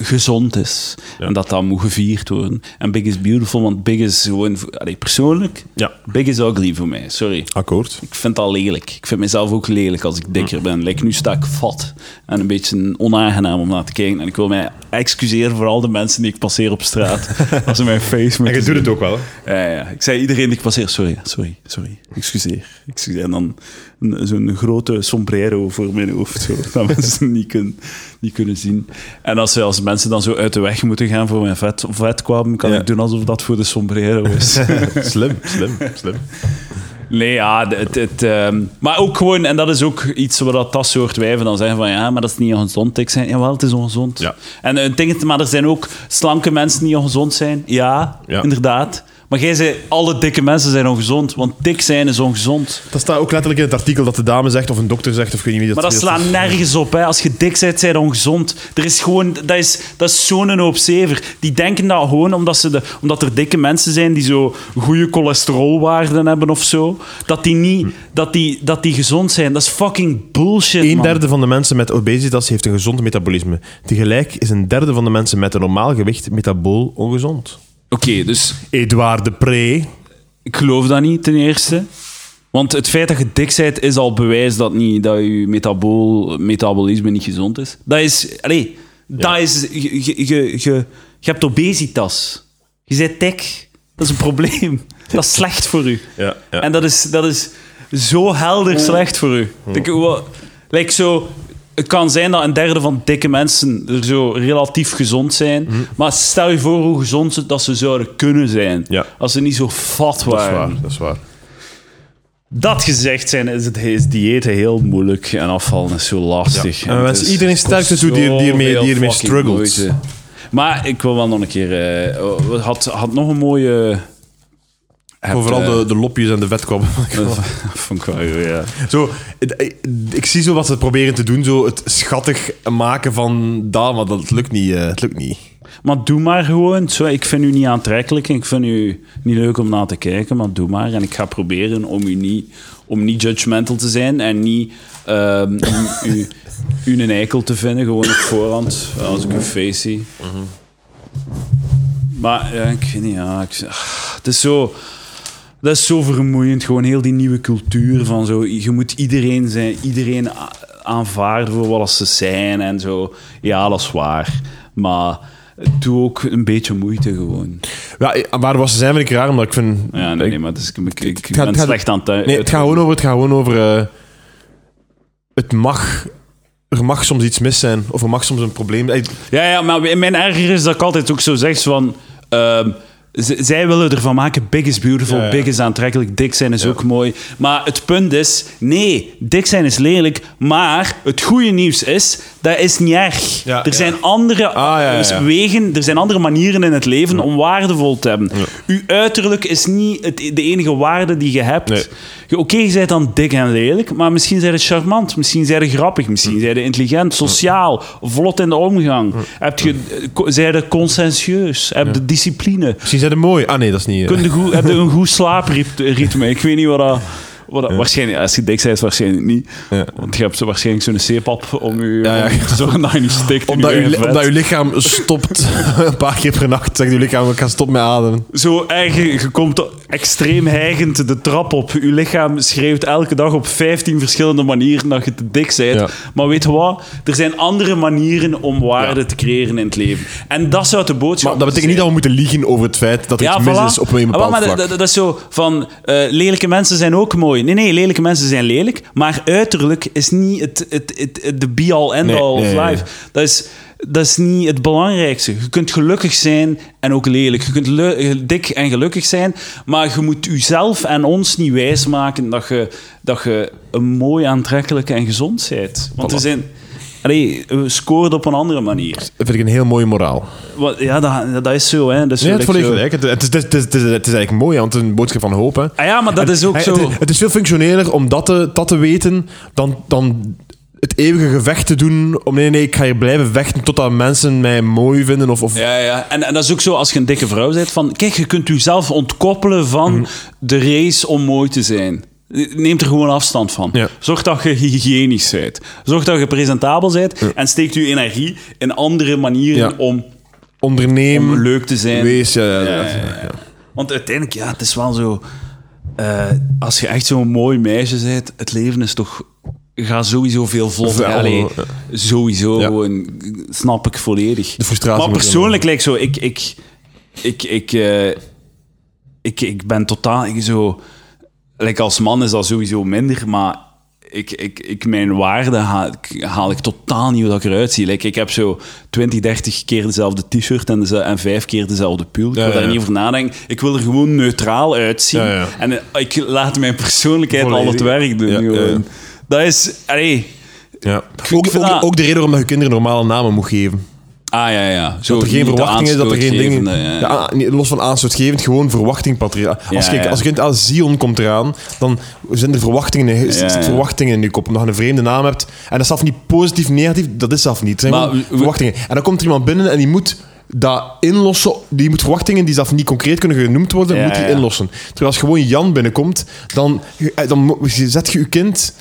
Speaker 1: gezond is. En dat dat moet gevierd worden. En Big is Beautiful, want Big is gewoon... voor- Allee, persoonlijk,
Speaker 2: Ja.
Speaker 1: Big is ugly voor mij, sorry.
Speaker 2: Akkoord.
Speaker 1: Ik vind dat lelijk. Ik vind mezelf ook lelijk als ik dikker ben. Like, nu sta ik vat en een beetje onaangenaam om naar te kijken. En ik wil mij excuseren voor al de mensen die ik passeer op straat. als ze mijn face
Speaker 2: En
Speaker 1: moeten
Speaker 2: je doet
Speaker 1: zien.
Speaker 2: het ook wel.
Speaker 1: Ja, ja. Ik zei iedereen die ik passeer, sorry, sorry, sorry, excuseer. excuseer. En dan een- zo'n grote sombrero voor mijn hoofd, zo, dat mensen het niet kunnen, niet kunnen zien. En als, ze- als mensen dan zo uit de weg moeten gaan voor mijn vet, vet kwamen, kan
Speaker 2: Ja.
Speaker 1: ik doen alsof dat voor de sombrero is.
Speaker 2: Slim, slim, slim.
Speaker 1: Nee, ja, d- het, het, ehm, maar ook gewoon, en dat is ook iets waar dat, dat soort wijven dan zeggen van ja, maar dat is niet ongezond. Ik zeg, jawel, het is ongezond.
Speaker 2: Ja.
Speaker 1: En een ding, is, maar er zijn ook slanke mensen die ongezond zijn. Ja,
Speaker 2: Ja.
Speaker 1: inderdaad. Maar jij zei, alle dikke mensen zijn ongezond, want dik zijn is ongezond.
Speaker 2: Dat staat ook letterlijk in het artikel dat de dame zegt, of een dokter zegt, of ik weet niet wie dat
Speaker 1: Maar dat
Speaker 2: is.
Speaker 1: slaat nergens op. Hè. Als je dik bent, zijn ongezond. Er is gewoon, dat is, dat is zo'n hoop zever. Die denken dat gewoon omdat, ze de, omdat er dikke mensen zijn die zo goede cholesterolwaarden hebben of zo. Dat die, niet, dat die, dat die gezond zijn. Dat is fucking bullshit.
Speaker 2: Een
Speaker 1: man.
Speaker 2: derde van de mensen met obesitas heeft een gezond metabolisme. Tegelijk is een derde van de mensen met een normaal gewicht metabool ongezond.
Speaker 1: Oké, dus
Speaker 2: Edouard de Pre.
Speaker 1: ik geloof dat niet ten eerste. Want het feit dat je dik bent is al bewijs dat, niet, dat je metabool, metabolisme niet gezond is. Dat is. Allee, dat is. Je, je, je, je- je hebt obesitas. Je bent dik. Dat is een probleem. Dat is slecht voor u.
Speaker 2: Ja, ja.
Speaker 1: En dat is, dat is zo helder slecht voor u. Ik, wat, like zo, het kan zijn dat een derde van dikke mensen er zo relatief gezond zijn.
Speaker 2: Mhm.
Speaker 1: Maar stel je voor hoe gezond ze, dat ze zouden kunnen zijn.
Speaker 2: Ja.
Speaker 1: Als ze niet zo fat
Speaker 2: Dat is
Speaker 1: waren.
Speaker 2: waar, dat is waar.
Speaker 1: Dat gezegd zijn, is, het, is diëten heel moeilijk en afvallen is zo lastig.
Speaker 2: En we wensen
Speaker 1: het is-
Speaker 2: iedereen sterkte
Speaker 1: kost
Speaker 2: toe die- die ermee- die
Speaker 1: zoveel
Speaker 2: ermee
Speaker 1: fucking
Speaker 2: struggelt.
Speaker 1: moeite. Maar ik wil wel nog een keer... eh, we had, had nog een mooie...
Speaker 2: Voor vooral de, de lopjes en de vetkwabben.
Speaker 1: Dus- eh, Van ja.
Speaker 2: Zo, ik, ik zie zo wat ze proberen te doen, zo het schattig maken van dat, maar dat lukt niet. eh, het lukt niet.
Speaker 1: Maar doe maar gewoon. Zo, ik vind u niet aantrekkelijk en ik vind u niet leuk om naar te kijken, maar doe maar. En ik ga proberen om u niet, om niet judgmental te zijn en niet ehm, u, u, u een eikel te vinden, gewoon op voorhand, als ik uw face zie. Maar ja, ik weet niet, ja, ik, ah, het is zo... Dat is zo vermoeiend, gewoon heel die nieuwe cultuur van zo. Je moet iedereen zijn, iedereen a- aanvaarden voor wat ze zijn en zo. Ja, dat is waar. Maar doe ook een beetje moeite gewoon.
Speaker 2: Ja, eh, waar was ze zijn vind ik raar, omdat ik vind...
Speaker 1: Ja, nee, nee maar het is, ik, ik- ik ben
Speaker 2: gaat-
Speaker 1: slecht aan het... eh,
Speaker 2: Nee, het gaat gewoon over... Het, gaat gewoon over eh, het mag... Er mag soms iets mis zijn, of er mag soms een probleem... eh,
Speaker 1: Ja, ja, maar mijn erger is dat ik altijd ook zo zeg van... ehm, z- zij willen ervan maken, big is beautiful,
Speaker 2: Ja, ja.
Speaker 1: big is aantrekkelijk, dik zijn is ook mooi. Maar het punt is, nee, dik zijn is lelijk, maar het goede nieuws is, dat is niet erg.
Speaker 2: Ja,
Speaker 1: er
Speaker 2: ja.
Speaker 1: zijn andere
Speaker 2: Ah, ja, ja, ja.
Speaker 1: Dus wegen, er zijn andere manieren in het leven om waardevol te hebben. Uw uiterlijk is niet het, de enige waarde die je hebt.
Speaker 2: Nee.
Speaker 1: Je- Oké, je bent dan dik en lelijk, maar misschien zijn je charmant, misschien zijn je grappig, misschien zijn je intelligent, sociaal, vlot in de omgang. Heb je, zijn je consensueus, heb je discipline,
Speaker 2: Misschien zijn ze mooi. Ah nee, dat is niet... eh,
Speaker 1: kun je goed, heb je een goed slaapritme. Ik weet niet wat dat... Wat dat Waarschijnlijk, als je dik bent, waarschijnlijk niet.
Speaker 2: Ja.
Speaker 1: Want je hebt zo waarschijnlijk zo'n zeepap om je
Speaker 2: ja.
Speaker 1: om te zorgen dat je niet stikt. in
Speaker 2: omdat,
Speaker 1: je
Speaker 2: je,
Speaker 1: eigen
Speaker 2: li-
Speaker 1: vet.
Speaker 2: omdat je lichaam stopt een paar keer per nacht. Zegt je lichaam, ik ga stoppen met ademen.
Speaker 1: Zo erg, je komt extreem hijgend de trap op. Je lichaam schreeuwt elke dag op 15 verschillende manieren dat je te dik bent.
Speaker 2: Ja.
Speaker 1: Maar weet je wat? Er zijn andere manieren om waarde te creëren in het leven. En dat zou de boodschap
Speaker 2: Maar dat betekent
Speaker 1: zijn.
Speaker 2: niet dat we moeten liegen over het feit dat er iets mis
Speaker 1: voilà.
Speaker 2: is op een
Speaker 1: Ah, wel,
Speaker 2: bepaald
Speaker 1: maar
Speaker 2: vlak.
Speaker 1: dat, dat, dat is zo van, eh, lelijke mensen zijn ook mooi. Nee, nee, lelijke mensen zijn lelijk, maar uiterlijk is niet het, het, het, het- de be-all, end-all
Speaker 2: Nee, nee,
Speaker 1: of
Speaker 2: nee,
Speaker 1: life.
Speaker 2: nee.
Speaker 1: Dat, is, dat is niet het belangrijkste. Je kunt gelukkig zijn en ook lelijk. Je kunt le- eh, dik en gelukkig zijn, maar je moet jezelf en ons niet wijsmaken dat je, dat je een mooi, aantrekkelijk en gezond bent. Want we
Speaker 2: Voilà.
Speaker 1: zijn... Allee, we scoren op een andere manier.
Speaker 2: Dat vind ik een heel mooie moraal.
Speaker 1: Wat- Ja, dat, dat is zo, hè. Dat is
Speaker 2: Nee,
Speaker 1: zo,
Speaker 2: het
Speaker 1: dat ik
Speaker 2: volledig
Speaker 1: zo-
Speaker 2: gelijk. Het, het, is, het, is, het, is, het is eigenlijk mooi, want het is een boodschap van hoop. Hè.
Speaker 1: Ah ja, maar dat is ook
Speaker 2: Hey,
Speaker 1: zo...
Speaker 2: Het, is, het is veel functioneler om dat te, dat te weten dan, dan het eeuwige gevecht te doen. Om nee, nee, ik ga hier blijven vechten totdat mensen mij mooi vinden. Of, of,
Speaker 1: Ja, ja. En, en dat is ook zo als je een
Speaker 2: Mhm.
Speaker 1: dikke vrouw bent. Van, kijk, je kunt jezelf ontkoppelen van de race om mooi te zijn. Neem er gewoon afstand van.
Speaker 2: Ja.
Speaker 1: Zorg dat je hygiënisch bent. Zorg dat je presentabel bent. En steekt je energie in andere manieren
Speaker 2: Ja. Mhm.
Speaker 1: om,
Speaker 2: Onderneem,
Speaker 1: om leuk te zijn.
Speaker 2: wees, ja, ja, ja,
Speaker 1: Ja, ja, ja. Want uiteindelijk, ja, het is wel zo... eh, als je echt zo'n mooi meisje bent, het leven is toch... Ga sowieso veel vlotter.
Speaker 2: Veel,
Speaker 1: Allee,
Speaker 2: ja.
Speaker 1: sowieso,
Speaker 2: Ja.
Speaker 1: gewoon, snap ik volledig.
Speaker 2: De frustratie
Speaker 1: Maar
Speaker 2: moet
Speaker 1: persoonlijk lijkt zo... Ik, ik, ik, ik, eh, ik, ik ben totaal ik zo... Like als man is dat sowieso minder, maar ik, ik, ik, mijn waarde haal, ik- haal ik totaal niet hoe dat ik eruit zie. Like, ik heb zo 20, 30 keer dezelfde t-shirt en, deze- en vijf keer dezelfde pull. Ik wil
Speaker 2: Ja,
Speaker 1: daar
Speaker 2: ja.
Speaker 1: niet over nadenken. Ik wil er gewoon neutraal uitzien.
Speaker 2: Ja, ja.
Speaker 1: En eh, ik laat mijn persoonlijkheid al het
Speaker 2: Volledig.
Speaker 1: werk doen.
Speaker 2: Ja, ja, ja.
Speaker 1: gewoon. Dat is... Allee.
Speaker 2: Ja.
Speaker 1: vind
Speaker 2: Ook,
Speaker 1: dat-
Speaker 2: ook, ook de reden waarom dat je kinderen normale namen moet geven.
Speaker 1: Ah, ja, ja. Zo
Speaker 2: Dat er geen
Speaker 1: niet te
Speaker 2: verwachting is, dat er geen dingen...
Speaker 1: aanstootgevende, ja.
Speaker 2: Ja, ah, niet- los van aanstootgevend, gewoon verwachting, Patria. Als,
Speaker 1: Ja,
Speaker 2: je,
Speaker 1: ja.
Speaker 2: als je kind als Zion komt eraan, dan zijn er verwachtingen, in- zit-
Speaker 1: Ja,
Speaker 2: zit
Speaker 1: ja.
Speaker 2: verwachtingen in je kop. Omdat je een vreemde naam hebt. En dat is zelf niet positief, negatief, dat is zelf niet. Het zijn
Speaker 1: Maar
Speaker 2: gewoon
Speaker 1: we- we-
Speaker 2: verwachtingen. En dan komt er iemand binnen en die moet dat inlossen. Die moet verwachtingen die zelf niet concreet kunnen genoemd worden,
Speaker 1: Ja,
Speaker 2: moet die
Speaker 1: ja.
Speaker 2: inlossen. Terwijl als gewoon Jan binnenkomt, dan, eh, dan mo- zet je je kind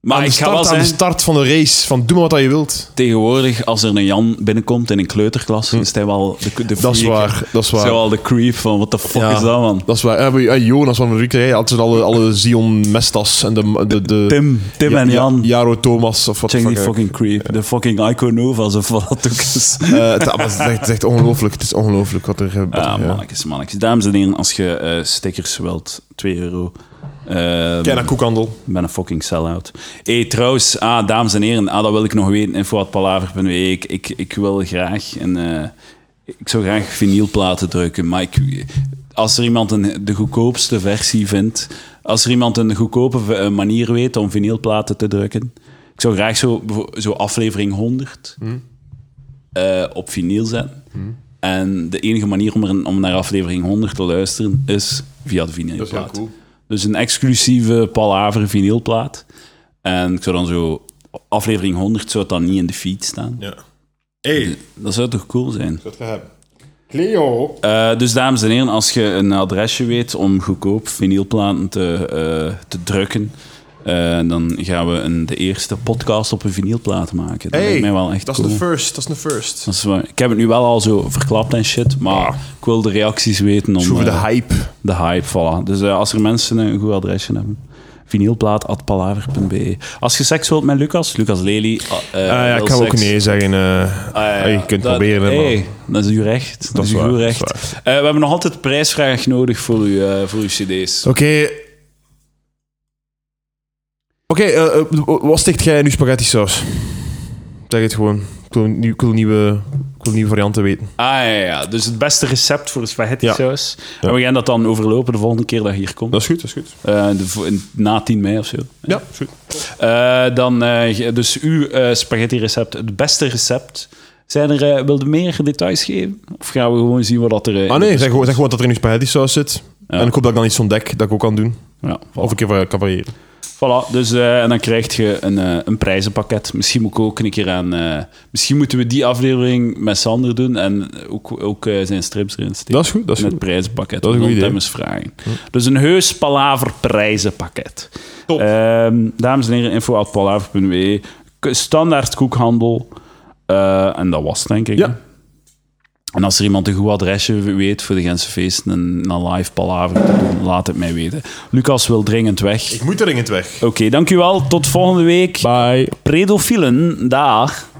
Speaker 1: Maar
Speaker 2: aan, de
Speaker 1: ik ga
Speaker 2: start,
Speaker 1: wel
Speaker 2: aan de
Speaker 1: zeggen,
Speaker 2: start van de race. Van doe maar wat je wilt.
Speaker 1: tegenwoordig, als er een Jan binnenkomt in een kleuterklas, is hij wel de, de
Speaker 2: Hm. Dat is
Speaker 1: freak.
Speaker 2: waar, dat is
Speaker 1: Is
Speaker 2: waar.
Speaker 1: hij wel de creep van, what the fuck
Speaker 2: Ja.
Speaker 1: is dat, man?
Speaker 2: Dat is waar. Eh, maar, eh, Jonas van Verriek had dus alle, alle Zion Mestas en de... de, de
Speaker 1: Tim, Tim
Speaker 2: Ja-
Speaker 1: en
Speaker 2: Ja-
Speaker 1: Jan.
Speaker 2: Jaro Thomas of wat
Speaker 1: Check die
Speaker 2: fuck, eh.
Speaker 1: fucking creep. De fucking Iconovas of wat dat ook is.
Speaker 2: Eh, het, maar het is echt, het is echt ongelooflijk. Het is ongelooflijk wat er... eh, wat er-
Speaker 1: Ja,
Speaker 2: ja.
Speaker 1: mannetjes, mannetjes. Dames en heren, als je eh, stickers wilt, 2 euro. Eh,
Speaker 2: Kijk naar Koekhandel.
Speaker 1: Ik ben een fucking sell-out. Hé, hey, trouwens, ah, dames en heren, ah, dat wil ik nog weten. Info.palaver.be. E. Ik, ik, ik wil graag een... eh, ik zou graag vinylplaten drukken, maar ik, als er iemand een, de goedkoopste versie vindt... Als er iemand een goedkope v- eh, manier weet om vinylplaten te drukken... Ik zou graag zo, bevo- zo aflevering 100 eh, op vinyl zetten. En de enige manier om, er, om naar aflevering 100 te luisteren is via de vinylplaat. Dus een exclusieve Palaver vinylplaat. En ik zou dan zo... Aflevering 100 zou het dan niet in de feed staan.
Speaker 2: Ja. Hé,
Speaker 1: Dat zou toch cool zijn?
Speaker 2: dat ga hebben. Cleo.
Speaker 1: Eh, dus dames en heren, als je een adresje weet om goedkoop vinylplaten te, eh, te drukken... eh, dan gaan we een, de eerste podcast op een vinylplaat maken. Dat lijkt mij wel echt
Speaker 2: dat is
Speaker 1: cool.
Speaker 2: de first. Dat is de first.
Speaker 1: Dat is waar. Ik heb het nu wel al zo verklapt en shit, maar ik wil de reacties weten om
Speaker 2: Zo voor de
Speaker 1: eh,
Speaker 2: hype.
Speaker 1: de hype, voilà. Dus eh, als er mensen een goed adresje hebben, vinylplaat.palaver.be. E. Als je seks wilt met Lucas, Lucas Lely... ah, eh,
Speaker 2: Ah, ja,
Speaker 1: wil
Speaker 2: ik kan ook
Speaker 1: seks.
Speaker 2: nee zeggen. eh.
Speaker 1: Ah, ja,
Speaker 2: Ah, je kunt het
Speaker 1: dat-
Speaker 2: proberen, maar...
Speaker 1: hey, dat is uw recht. Dat, is
Speaker 2: is
Speaker 1: uw
Speaker 2: waar,
Speaker 1: goed
Speaker 2: dat is
Speaker 1: recht. Eh, we hebben nog altijd prijsvraag nodig voor, uw, eh, voor uw cd's.
Speaker 2: Oké. Oké, eh, eh, wat stikt jij nu spaghetti saus? Zeg het gewoon. Ik wil, nieuw- ik wil nieuwe, ik wil nieuwe varianten weten.
Speaker 1: Ah ja, ja, ja. dus het beste recept voor spaghetti
Speaker 2: Ja.
Speaker 1: saus.
Speaker 2: Ja.
Speaker 1: En we gaan dat dan overlopen de volgende keer dat je hier komt.
Speaker 2: is goed, dat is goed.
Speaker 1: Eh, de vo- in- na 10 mei of zo.
Speaker 2: Ja, is goed.
Speaker 1: Eh, dan, eh, ge- dus uw spaghetti recept, het beste recept. Zijn er, eh, wil je meer details geven? Of gaan we gewoon zien wat dat er... eh,
Speaker 2: Ah nee, zeg gewoon, zeg gewoon dat er in uw spaghetti saus zit.
Speaker 1: Ja.
Speaker 2: En ik hoop dat ik dan iets ontdek dat ik ook kan doen.
Speaker 1: Ja, voilà.
Speaker 2: Of ik even kan variëren.
Speaker 1: Voilà, dus, eh, en dan krijg je een, eh, een prijzenpakket. Misschien moet ik ook een keer aan... eh, misschien moeten we die aflevering met Sander doen en ook, ook eh, zijn strips erin steken.
Speaker 2: Dat is goed, dat is
Speaker 1: Met
Speaker 2: goed.
Speaker 1: het prijzenpakket.
Speaker 2: Dat is een
Speaker 1: want
Speaker 2: goed
Speaker 1: hem eens vragen. Dus een heus palaver prijzenpakket.
Speaker 2: Top.
Speaker 1: Ehm, dames en heren, info at palaver.be. K- Standaard koekhandel. Eh, en dat was het, denk ik.
Speaker 2: Ja.
Speaker 1: En als er iemand een goed adresje weet voor de Gentse feesten en een live palaver te doen, laat het mij weten. Lucas wil dringend weg.
Speaker 2: Ik moet er in het weg.
Speaker 1: Oké, dankjewel. Tot volgende week.
Speaker 2: Bye.
Speaker 1: Predofielen, dag.